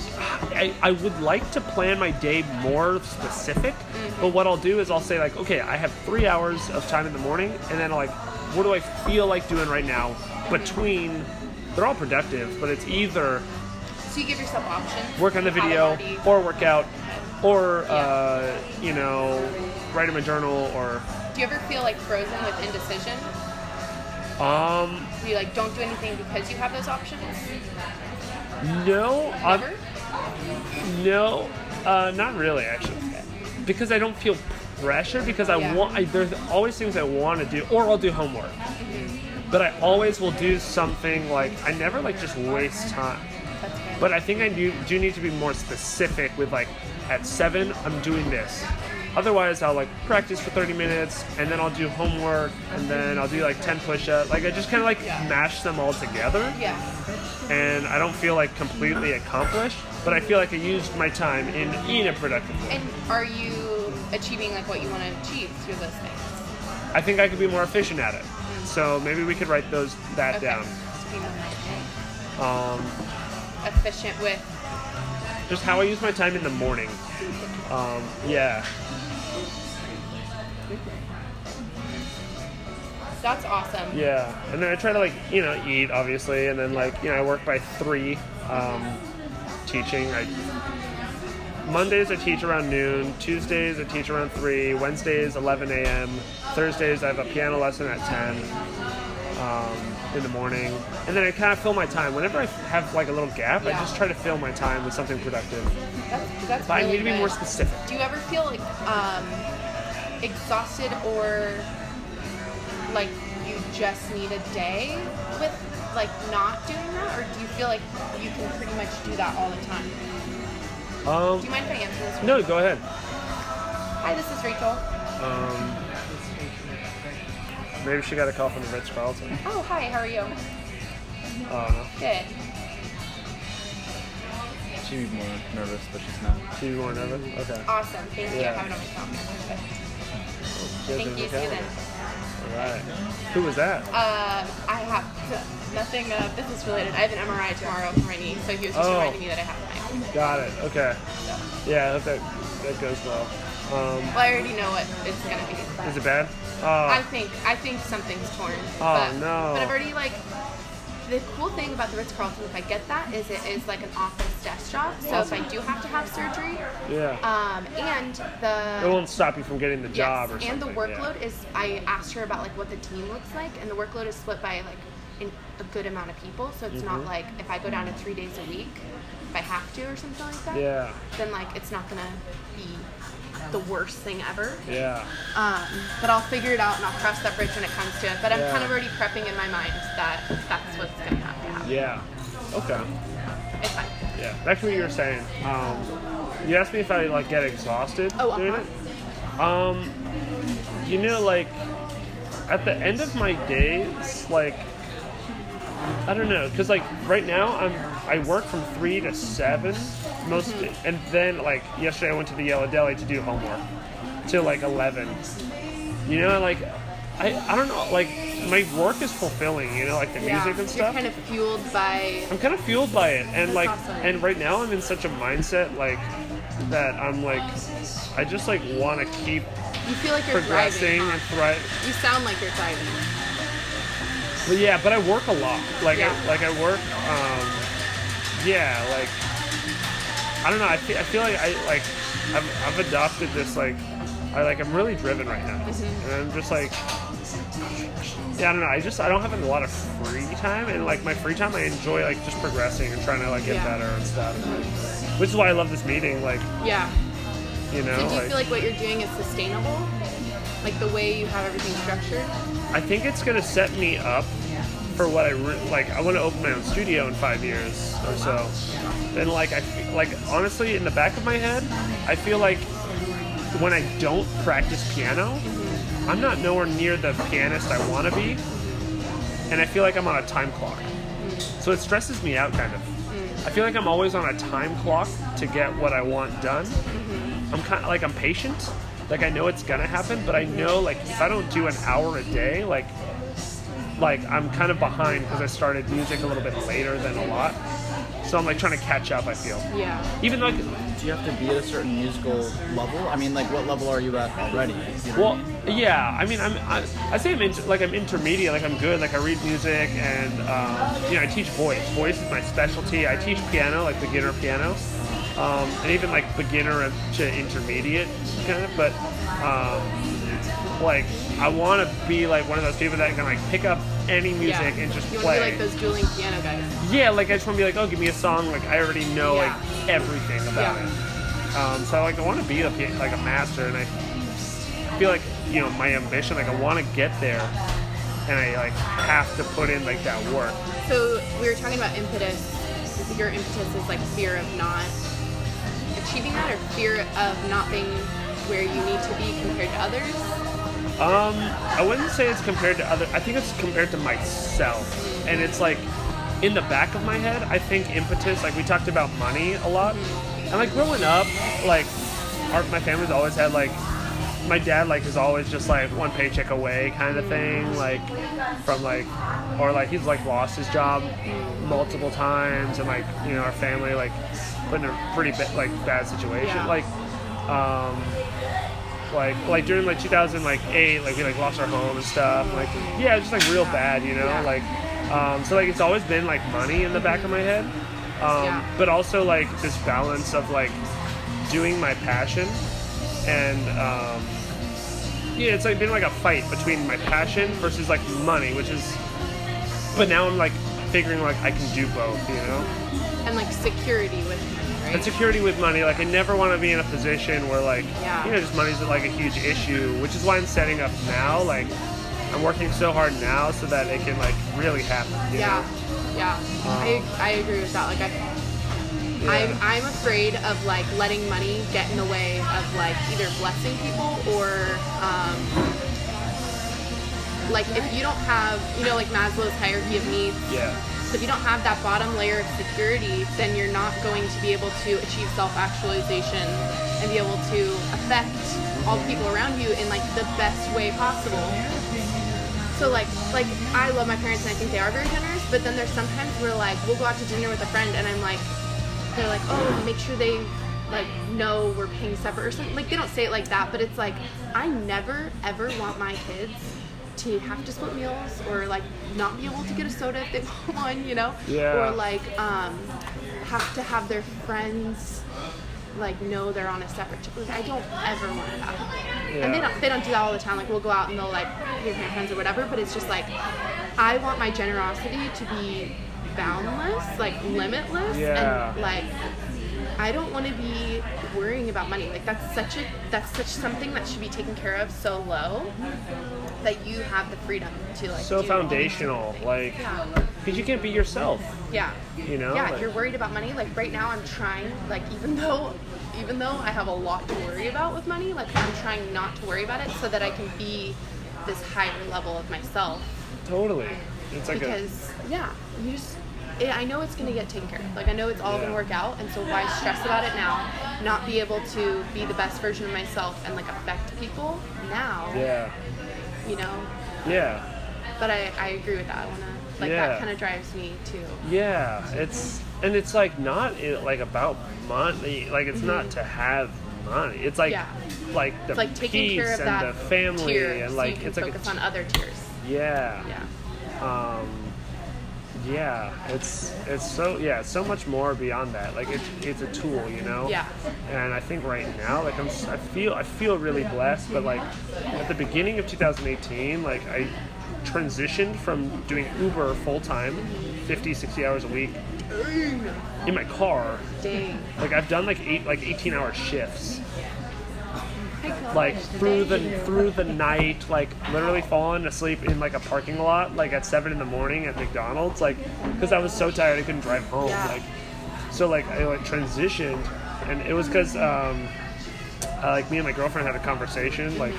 S1: I I would like to plan my day more specific,
S4: Mm-hmm.
S1: but what I'll do is I'll say like, okay, I have three hours of time in the morning, and then I'll like, what do I feel like doing right now? Between, they're all productive, but it's either
S4: So you give yourself options.
S1: work on the
S4: Have a
S1: video
S4: party.
S1: or work out, or uh, you know, write in my journal or
S4: do you ever feel like frozen with indecision?
S1: um
S4: Do you like don't do anything because you have those options?
S1: no I'm-
S4: Never?
S1: No, uh, not really, actually. Because I don't feel pressure. Because I
S4: Yeah.
S1: want. I, there's always things I want to do, or I'll do homework. But I always will do something like I never like just waste time.
S4: That's good.
S1: But I think I do, do need to be more specific with like at seven I'm doing this. Otherwise I'll like practice for 30 minutes and then I'll do homework and then I'll do like 10 push-ups. Like I just kind of like mash them all together
S4: yeah.
S1: and I don't feel like completely accomplished, but I feel like I used my time in in a productive way.
S4: And are you achieving like what you want to achieve through those things.
S1: I think I could be more efficient at it. So maybe we could write those that down.
S4: Just being more
S1: Um,
S4: efficient with
S1: just how I use my time in the morning. Um, yeah.
S4: that's awesome.
S1: Yeah, and then I try to like you know eat obviously, and then like you know I work by three, um, teaching. I Mondays I teach around noon. Tuesdays I teach around three. Wednesdays 11 a.m. Thursdays I have a piano lesson at 10 um, in the morning, and then I kind of fill my time. Whenever I have like a little gap, I
S4: Yeah.
S1: just try to fill my time with something productive.
S4: That's, that's
S1: But I
S4: really
S1: need to be
S4: good.
S1: more specific.
S4: Do you ever feel like um, exhausted or like you just need a day with like not doing that, or do you feel like you can pretty much do that all the time?
S1: Um,
S4: Do you mind if I answer this?
S1: no, go ahead.
S4: Hi, this is Rachel.
S1: Um, maybe she got a call from the Ritz Carlton.
S4: Oh, hi. How are
S1: I
S4: you?
S1: don't know.
S4: Good.
S2: She'd be more nervous, but she's not.
S1: She's more nervous. Okay.
S4: Awesome. Thank you.
S1: Yeah.
S4: I have it on my phone. Good.
S1: She has
S4: Thank
S1: it in the
S4: you. See you
S1: calendar.
S4: then.
S1: All right. Who was that?
S4: Um, I have nothing uh, business related. I have an MRI tomorrow for my knee, so he was just
S1: Oh.
S4: reminding me that I have mine.
S1: Got it. Okay. Yeah, I hope that that goes well. Um,
S4: Well, I already know what it's gonna be. but-
S1: is it bad?
S4: I
S1: Oh,
S4: think I think something's torn. Oh but,
S1: no.
S4: But I've already like the cool thing about the Ritz Carlton, if I get that, is it is like an office desk job. So if I do have to have surgery,
S1: yeah.
S4: um, and the
S1: It won't stop you from getting the
S4: yes,
S1: job or something.
S4: and the workload
S1: yeah.
S4: is. I asked her about like what the team looks like, and the workload is split by like in, a good amount of people. So it's
S1: Mm-hmm.
S4: not like if I go down to three days a week, if I have to or something like that,
S1: Yeah.
S4: then like it's not gonna be the worst thing ever.
S1: Yeah.
S4: Um, but I'll figure it out and I'll cross that bridge when it comes to it. But I'm
S1: Yeah.
S4: kind of already prepping in my mind that that's what's going to have to happen.
S1: Yeah. Okay.
S4: It's fine.
S1: Yeah. Back to what you were saying. Um, you asked me if I like get exhausted
S4: Oh,
S1: doing
S4: uh-huh.
S1: it. Um, you know, like at the end of my days, like I don't know, because like right now I'm I work from three to seven most, and then like yesterday I went to the Yellow Deli to do homework till like eleven. You know, like I I don't know, like my work is fulfilling. You know, like the music and
S4: You're
S1: stuff.
S4: kind of fueled by.
S1: I'm kind of fueled by it, and
S4: That's
S1: like,
S4: awesome.
S1: and right now I'm in such a mindset like that I'm like, I just like want to keep
S4: You feel like you're
S1: progressing
S4: thriving.
S1: and
S4: huh?
S1: thrive.
S4: You sound like you're thriving.
S1: But yeah, but I work a lot. Like,
S4: Yeah.
S1: I, like I work. Um, yeah, like I don't know. I feel, I feel like I like I've, I've adopted this like I like I'm really driven right now,
S4: Mm-hmm.
S1: and I'm just like. Yeah, I don't know. I just I don't have a lot of free time, and like my free time, I enjoy like just progressing and trying to like get
S4: Yeah.
S1: better and stuff. Which is why I love this meeting. Like
S4: Yeah.
S1: you know,
S4: Do you feel like what you're doing is sustainable? Like the way you have everything structured?
S1: I think it's gonna set me up for what I re- like. I want to open my own studio in five years or so. And like I fe- like honestly, in the back of my head, I feel like when I don't practice piano, I'm not nowhere near the pianist I want to be, and I feel like I'm on a time clock. So it stresses me out kind of. I feel like I'm always on a time clock to get what I want done. I'm kind of like I'm patient. Like I know it's gonna happen, but I know like if I don't do an hour a day, like like I'm kind of behind because I started music a little bit later than a lot. So I'm like trying to catch up. I feel
S4: Yeah.
S1: even like
S2: Do you have to be at a certain musical level? I mean, like, what level are you at already? You know what I
S1: well
S2: mean?
S1: yeah. I mean I'm I, I say I'm inter- like I'm intermediate. Like I'm good. Like I read music and um, you know I teach voice. Voice is my specialty. I teach piano like beginner piano. Um, and even like beginner to intermediate kind of, but um, like I want to be like one of those people that can like pick up any music
S4: yeah.
S1: and just
S4: you
S1: play.
S4: You want to be like those dueling piano guys.
S1: yeah, like I just want to be like, oh, give me a song. Like I already know
S4: Yeah.
S1: like everything about
S4: Yeah.
S1: it. Um, so like I want to be a, pi- like a master, and I feel like you know my ambition. Like I want to get there, and I like have to put in like that work.
S4: So we were talking about impetus. Your impetus is like fear of not achieving that, or fear of not being where you need to be compared to others.
S1: Um, I wouldn't say it's compared to other. I think it's compared to myself, and it's like in the back of my head. I think impetus. Like we talked about money a lot, and like growing up, like our, my family's always had like my dad like is always just like one paycheck away kind of thing, like from like or like he's like lost his job multiple times and like you know our family like put in a pretty ba- like bad situation
S4: Yeah.
S1: like um like like during like 2008 like we like lost our home and stuff like yeah it's just like real bad you know
S4: Yeah.
S1: like um so like it's always been like money in the back of my head um
S4: Yeah.
S1: but also like this balance of like doing my passion and um yeah it's like been like a fight between my passion versus like money which is but now i'm like figuring like i can do both you know
S4: and like security with money, right?
S1: and security with money. Like I never want to be in a position where like
S4: Yeah.
S1: you know just money's like a huge issue, which is why I'm setting up now. Like I'm working so hard now so that it can like really happen. you
S4: Yeah,
S1: know?
S4: yeah. I, I agree with that. Like I, I'm I'm afraid of like letting money get in the way of like either blessing people or um, like if you don't have you know like Maslow's hierarchy of needs.
S1: Yeah.
S4: So if you don't have that bottom layer of security, then you're not going to be able to achieve self-actualization and be able to affect all the people around you in like the best way possible. So like like I love my parents and I think they are very generous, but then there's sometimes where like we'll go out to dinner with a friend and I'm like they're like, Oh, make sure they like know we're paying separate or something like they don't say it like that, but it's like I never ever want my kids to have to split meals or like not be able to get a soda if they want one, you know?
S1: Yeah.
S4: Or like um have to have their friends like know they're on a separate trip. Like I don't ever want that. And they
S1: Yeah.
S4: don't they don't do that all the time. Like we'll go out and they'll like hear from their friends or whatever. But it's just like I want my generosity to be boundless, like limitless,
S1: Yeah.
S4: and like I don't want to be worrying about money. Like that's such a that's such something that should be taken care of so low that you have the freedom to like
S1: So
S4: do all these
S1: foundational,
S4: things.
S1: like
S4: yeah.
S1: because you can't be yourself.
S4: Yeah.
S1: You know,
S4: Yeah,
S1: like-
S4: if you're worried about money, like right now I'm trying, like even though even though I have a lot to worry about with money, like I'm trying not to worry about it so that I can be this higher level of myself.
S1: Totally. It's like a
S4: because yeah, you just it, I know it's gonna get taken care of. Like I know it's all
S1: Yeah.
S4: gonna work out, and so why stress about it now? Not be able to be the best version of myself and like affect people now.
S1: yeah,
S4: You know.
S1: yeah.
S4: But I, I agree with that. I wanna like
S1: Yeah.
S4: that kind of drives me too.
S1: Yeah, it's and it's like not i- like about money. Like it's not to have money. It's like
S4: Mm-hmm. Yeah.
S1: like the
S4: It's like taking
S1: peace
S4: care of
S1: and
S4: that
S1: the family
S4: tier
S1: and
S4: so
S1: like
S4: you can
S1: it's like
S4: focus
S1: a,
S4: on other tiers.
S1: yeah
S4: Yeah.
S1: um, yeah, it's it's so yeah, it's so much more beyond that. Like it's it's a tool, you know.
S4: Yeah.
S1: And I think right now, like I'm, s- I feel I feel really blessed, but like at the beginning of 2018, like I transitioned from doing Uber full time, 50, 60 hours a week, in my car.
S4: Dang.
S1: Like I've done like eight like 18 hour shifts
S4: Oh My gosh,
S1: like through the
S4: thank you.
S1: through the night, like literally falling asleep in like a parking lot, like at seven in the morning at McDonald's, like because I was so tired I couldn't drive home.
S4: Yeah.
S1: Like so, like I like transitioned, and it was because um, uh, like me and my girlfriend had a conversation like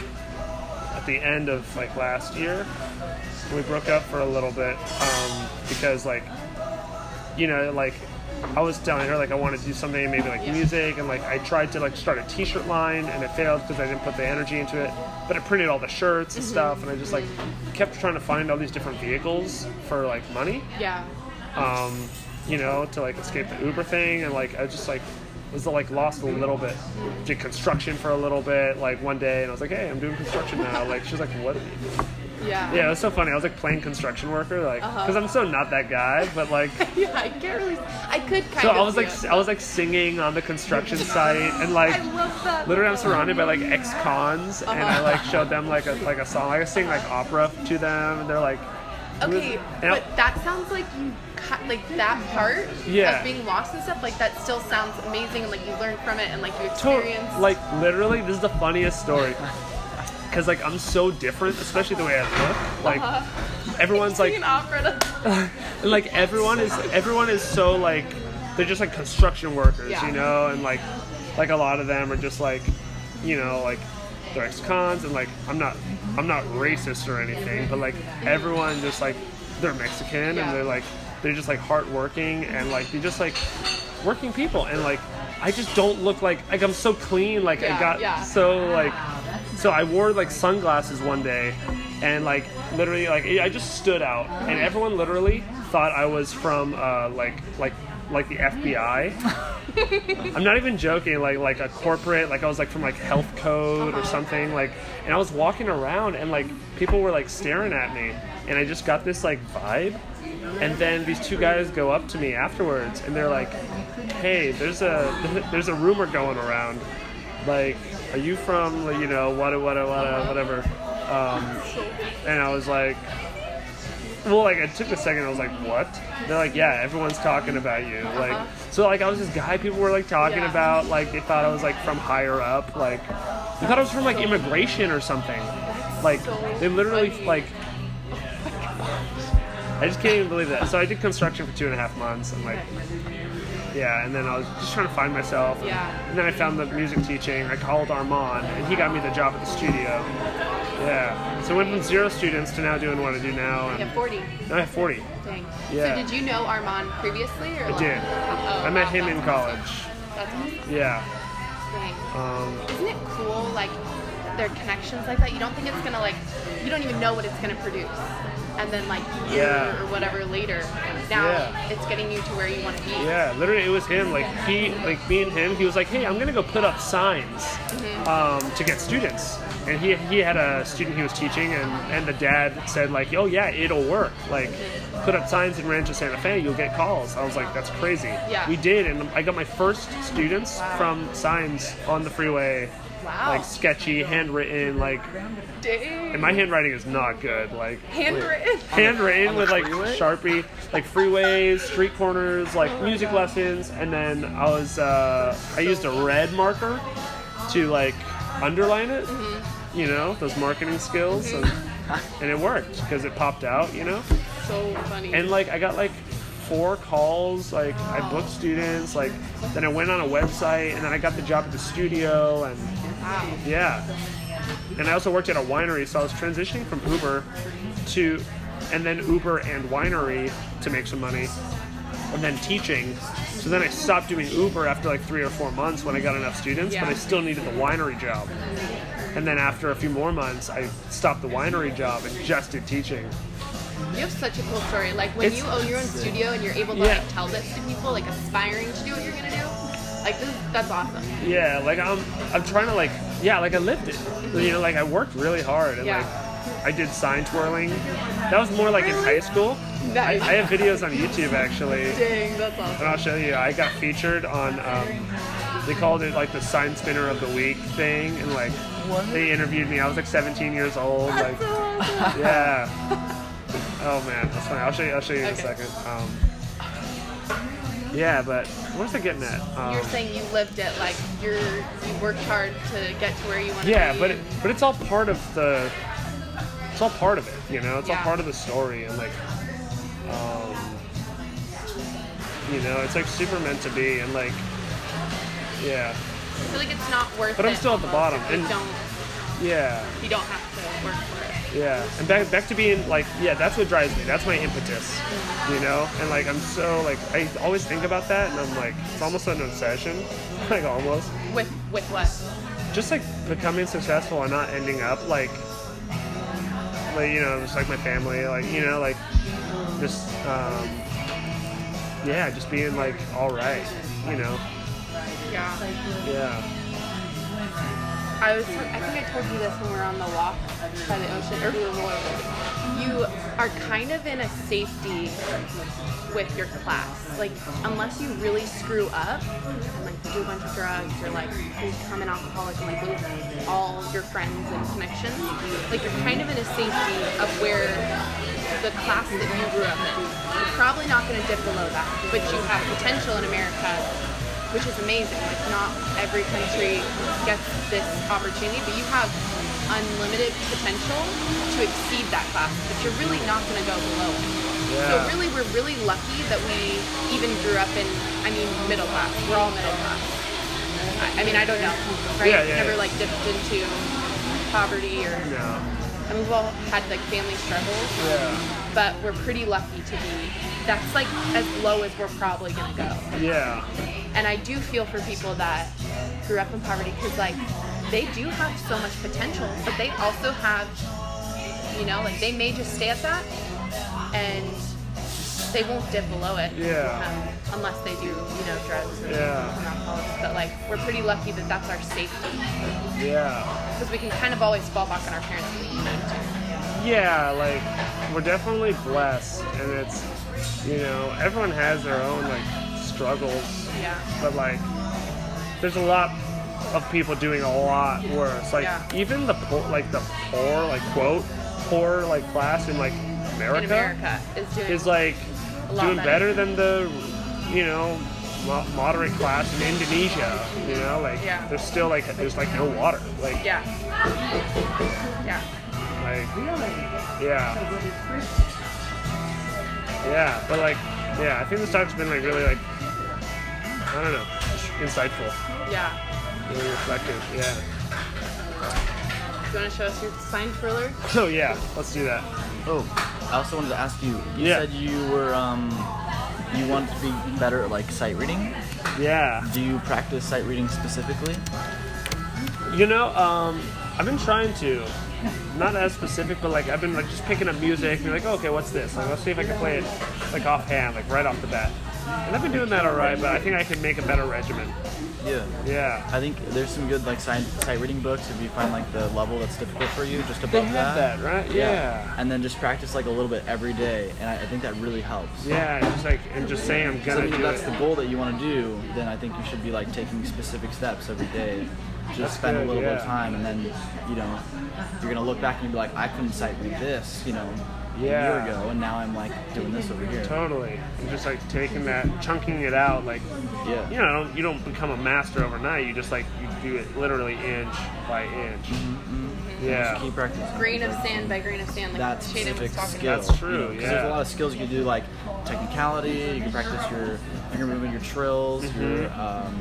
S1: at the end of like last year. We broke up for a little bit um, because like you know like. I was telling her like I wanted to do something maybe like
S4: Yeah.
S1: music and like I tried to like start a t-shirt line and it failed because I didn't put the energy into it. But I printed all the shirts and stuff and I just like kept trying to find all these different vehicles for like money
S4: Yeah.
S1: um, you know, to like escape the Uber thing, and like I just like was like lost a little bit. Did construction for a little bit, like one day, and I was like, hey, I'm doing construction now. Like she's like, what?
S4: Yeah.
S1: Yeah, it was so funny. I was like playing construction worker, like because I'm so not that guy, but like.
S4: Yeah, I can't really. I could kind
S1: So
S4: of.
S1: I was
S4: do
S1: like
S4: it.
S1: s- I was like singing on the construction site and like
S4: I love that.
S1: literally I'm surrounded by like ex-cons and I
S4: Uh-huh.
S1: like showed them like a like a song like I sing like opera to them and they're like who is-
S4: Okay,
S1: and I-
S4: but that sounds like you, cut- like that part
S1: Yeah.
S4: of being lost and stuff. Like that still sounds amazing, and like you learn from it, and like you
S1: totally
S4: experience.
S1: like literally this is the funniest story because like i'm so different especially the way i look like
S4: Uh-huh.
S1: everyone's like
S4: an opera. To,
S1: and, like everyone is everyone is so like they're just like construction workers
S4: Yeah.
S1: you know and like like a lot of them are just like you know like they're ex-cons and like i'm not i'm not racist or anything but like everyone just like they're mexican
S4: Yeah.
S1: and they're like they're just like hardworking and like they're just like working people and like i just don't look like like i'm so clean like i
S4: Yeah,
S1: got
S4: yeah.
S1: so like So I wore like sunglasses one day, and like literally like I just stood out, and everyone literally thought I was from uh, like like like the FBI. I'm not even joking. Like like a corporate like I was like from like health code or something like, and I was walking around and like people were like staring at me, and I just got this like vibe. And then these two guys go up to me afterwards, and they're like, "Hey, there's a there's a rumor going around. Like, are you from like, you know wada wada wada whatever?" Um, and I was like, "Well, like I took a second. I was like, what?" They're like, "Yeah, everyone's talking about you." Like, so like I was this guy people were like talking
S4: Yeah.
S1: about. Like they thought I was like from higher up. Like they thought I was from like immigration or something. Like
S4: so
S1: they literally
S4: funny.
S1: like I just can't even believe that. So I did construction for two and a half months, and like, yeah, and then I was just trying to find myself. and-
S4: Yeah.
S1: And then I found the music teaching. I called Armand, and he got me the job at the studio. Yeah. So I went from zero students to now doing what I do now, and
S4: Yeah, 40.
S1: now I have 40.
S4: Dang.
S1: Yeah.
S4: So did you know Armand previously? Or
S1: I
S4: like,
S1: did.
S4: Oh,
S1: I met
S4: wow,
S1: him in
S4: that's
S1: college.
S4: awesome. That's awesome.
S1: Yeah.
S4: Dang.
S1: Um,
S4: Isn't it cool, like, their connections like that? You don't think it's gonna, like, you don't even know what it's gonna produce. And then, like, a year
S1: Yeah.
S4: or whatever later, now
S1: Yeah.
S4: it's getting you to where you wanna be.
S1: Yeah, literally, it was him. Like he, like me and him. He was like, "Hey, I'm gonna go put up signs
S4: Mm-hmm.
S1: um, to get students." And he he had a student he was teaching, and and the dad said like, "Oh yeah, it'll work. Like, put up signs in Rancho Santa Fe, you'll get calls." I was like, "That's crazy."
S4: Yeah.
S1: We did, and I got my first students from signs on the freeway.
S4: Wow.
S1: Like sketchy, handwritten, like,
S4: Dang.
S1: and my handwriting is not good. Like,
S4: Handwritten.
S1: handwritten with like sharpie like freeways street corners like music lessons and then i was uh, i used a red marker to like underline it you know those marketing skills and, and it worked because it popped out you know
S4: So funny.
S1: and like I got like four calls, like I booked students, like then I went on a website and then I got the job at the studio and yeah. And I also worked at a winery, so I was transitioning from Uber to and then Uber and winery to make some money. And then teaching. So then I stopped doing Uber after like three or four months when I got enough students, but
S4: Yeah.
S1: I still needed the winery job. And then after a few more months, I stopped the winery job and just did teaching.
S4: You have such a cool story. Like when
S1: It's-
S4: you own your own studio and you're able to
S1: Yeah.
S4: like tell this to people, like aspiring to do what you're gonna do. Like this, is- that's awesome.
S1: Yeah, like I'm I'm trying to like yeah, like I lived it. You know, like I worked really hard and
S4: Yeah.
S1: like I did sign twirling. That was more like in high school.
S4: That
S1: I,
S4: is-
S1: I have videos on YouTube actually.
S4: Dang, that's
S1: And
S4: awesome.
S1: I'll show you. I got featured on um, they called it like the sign spinner of the week thing and like they interviewed me. I was like 17 years old like yeah. Oh man, that's funny. I'll show you I'll show you in a
S4: Okay.
S1: second. Um, yeah, but where's I getting at? Um,
S4: You're saying you lived it, like you're you worked hard to get to where you want to
S1: Yeah,
S4: be.
S1: but it, but it's all part of the. It's all part of it, you know. It's all
S4: Yeah.
S1: part of the story, and like, um, you know, it's like super meant to be, and like, yeah,
S4: I feel like it's not worth.
S1: But I'm
S4: it
S1: still at the
S4: almost
S1: bottom,
S4: if You
S1: and-
S4: don't.
S1: yeah,
S4: You don't have to work for it.
S1: yeah. And back back to being like, yeah, that's what drives me. That's my impetus, you know. And like, I'm so like, I always think about that, and I'm like, it's almost an obsession, like almost.
S4: With with what?
S1: just like becoming successful and not ending up like like you know just like my family like you know like just um yeah just being like all right you know
S4: Yeah.
S1: yeah
S4: I was. I think I told you this when we were on the walk by the ocean, or we were rolling. You are kind of in a safety with your class, like unless you really screw up and like do a bunch of drugs or like become an alcoholic and like lose all your friends and connections. Like you're kind of in a safety of where the class that you grew up in. You're probably not going to dip below that, but you have potential in America which is amazing. Like not every country gets this opportunity, but you have unlimited potential to exceed that class, but you're really not going to go below it. So
S1: Yeah.
S4: really, we're really lucky that we even grew up in, I mean, middle class. We're all middle class. I, I mean, I don't know, right?
S1: Yeah, yeah,
S4: Never
S1: yeah.
S4: like dipped into poverty or,
S1: no
S4: I mean, we've all had like family struggles
S1: yeah
S4: but we're pretty lucky to be. That's like as low as we're probably gonna go.
S1: yeah
S4: And I do feel for people that grew up in poverty because, like,
S6: they do have so much potential, but they also have, you know, like they may just stay at that and they won't dip below it.
S1: Yeah.
S6: um, unless they do, you know, drugs and
S1: Yeah.
S6: become alcoholics. But like, we're pretty lucky that that's our safety
S1: Yeah.
S6: because we can kind of always fall back on our parents if we need to.
S1: Yeah, like we're definitely blessed and it's you know, everyone has their own like struggles
S6: Yeah.
S1: but like there's a lot of people doing a lot worse like
S6: Yeah.
S1: even the poor like the poor like quote poor like class in like america,
S6: In America is doing
S1: is like
S6: A lot
S1: doing
S6: better.
S1: better than the you know mo- moderate class in indonesia you know like
S6: Yeah.
S1: there's still like there's like no water like
S6: yeah. Yeah.
S1: like yeah yeah but like yeah i think this talk's been like really like i don't know insightful
S6: Yeah.
S1: really reflective yeah
S6: Do you want to show us your sign thriller?
S1: Oh yeah, let's do that.
S2: Oh, I also wanted to ask you. You
S1: Yeah.
S2: said you were um, you want to be better at like sight reading.
S1: Yeah.
S2: Do you practice sight reading specifically?
S1: You know, um, I've been trying to, not as specific, but like I've been like just picking up music and be like, okay, what's this? Like, let's see if I can play it like offhand, like right off the bat. And I've been doing that alright, but I think I can make a better regimen.
S2: Yeah.
S1: Yeah.
S2: I think there's some good like sight sight reading books if you find like the level that's difficult for you, just above
S1: They have that, right? Yeah.
S2: And then just practice like a little bit every day, and I, I think that really helps.
S1: Yeah, and just like and just say I'm
S2: So
S1: gonna
S2: if
S1: do
S2: that's
S1: it.
S2: the goal that you want to do, then I think you should be like taking specific steps every day. Just spend
S1: good,
S2: a little bit
S1: yeah.
S2: of time, and then you know you're gonna look back and be like, I couldn't sight read this, you know,
S1: Yeah.
S2: a year ago, and now I'm like doing this over here.
S1: Totally. And just like taking that, chunking it out, like
S2: Yeah.
S1: you know, you don't become a master overnight. You just like you do it literally inch by inch. Yeah.
S2: Just keep practicing.
S4: Grain of sand by grain of sand, like
S2: that
S4: Shaden
S2: specific
S4: was talking
S2: skill.
S4: about.
S1: That's true,
S2: you know, 'cause There's
S1: yeah.
S2: a lot of skills you can do, like technicality. You can practice your finger movement, your trills,
S1: Mm-hmm.
S2: your um,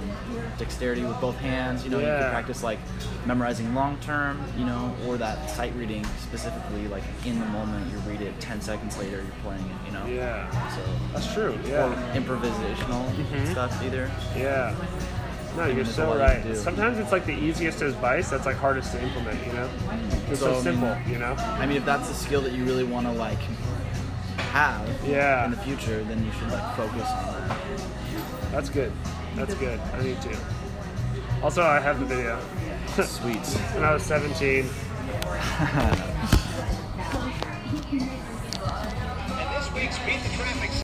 S2: dexterity with both hands. You know, you
S1: Yeah.
S2: can practice like memorizing long term. You know, or that sight reading specifically, like in the moment you read it. Ten seconds later, you're playing it. You know.
S1: Yeah.
S2: So
S1: That's true. Yeah. Mm-hmm.
S2: improvisational stuff either.
S1: Yeah. No, you're
S2: there's a
S1: so
S2: lot you
S1: right.
S2: can do.
S1: Sometimes it's like the easiest advice that's like hardest to implement, you know? It's so,
S2: So, I mean-
S1: simple, you know?
S2: I mean, if that's a skill that you really want to like have
S1: Yeah.
S2: in the future, then you should like focus on that.
S1: That's good. That's good. I need to. Also, I have the video.
S2: Sweet.
S1: when I was 17,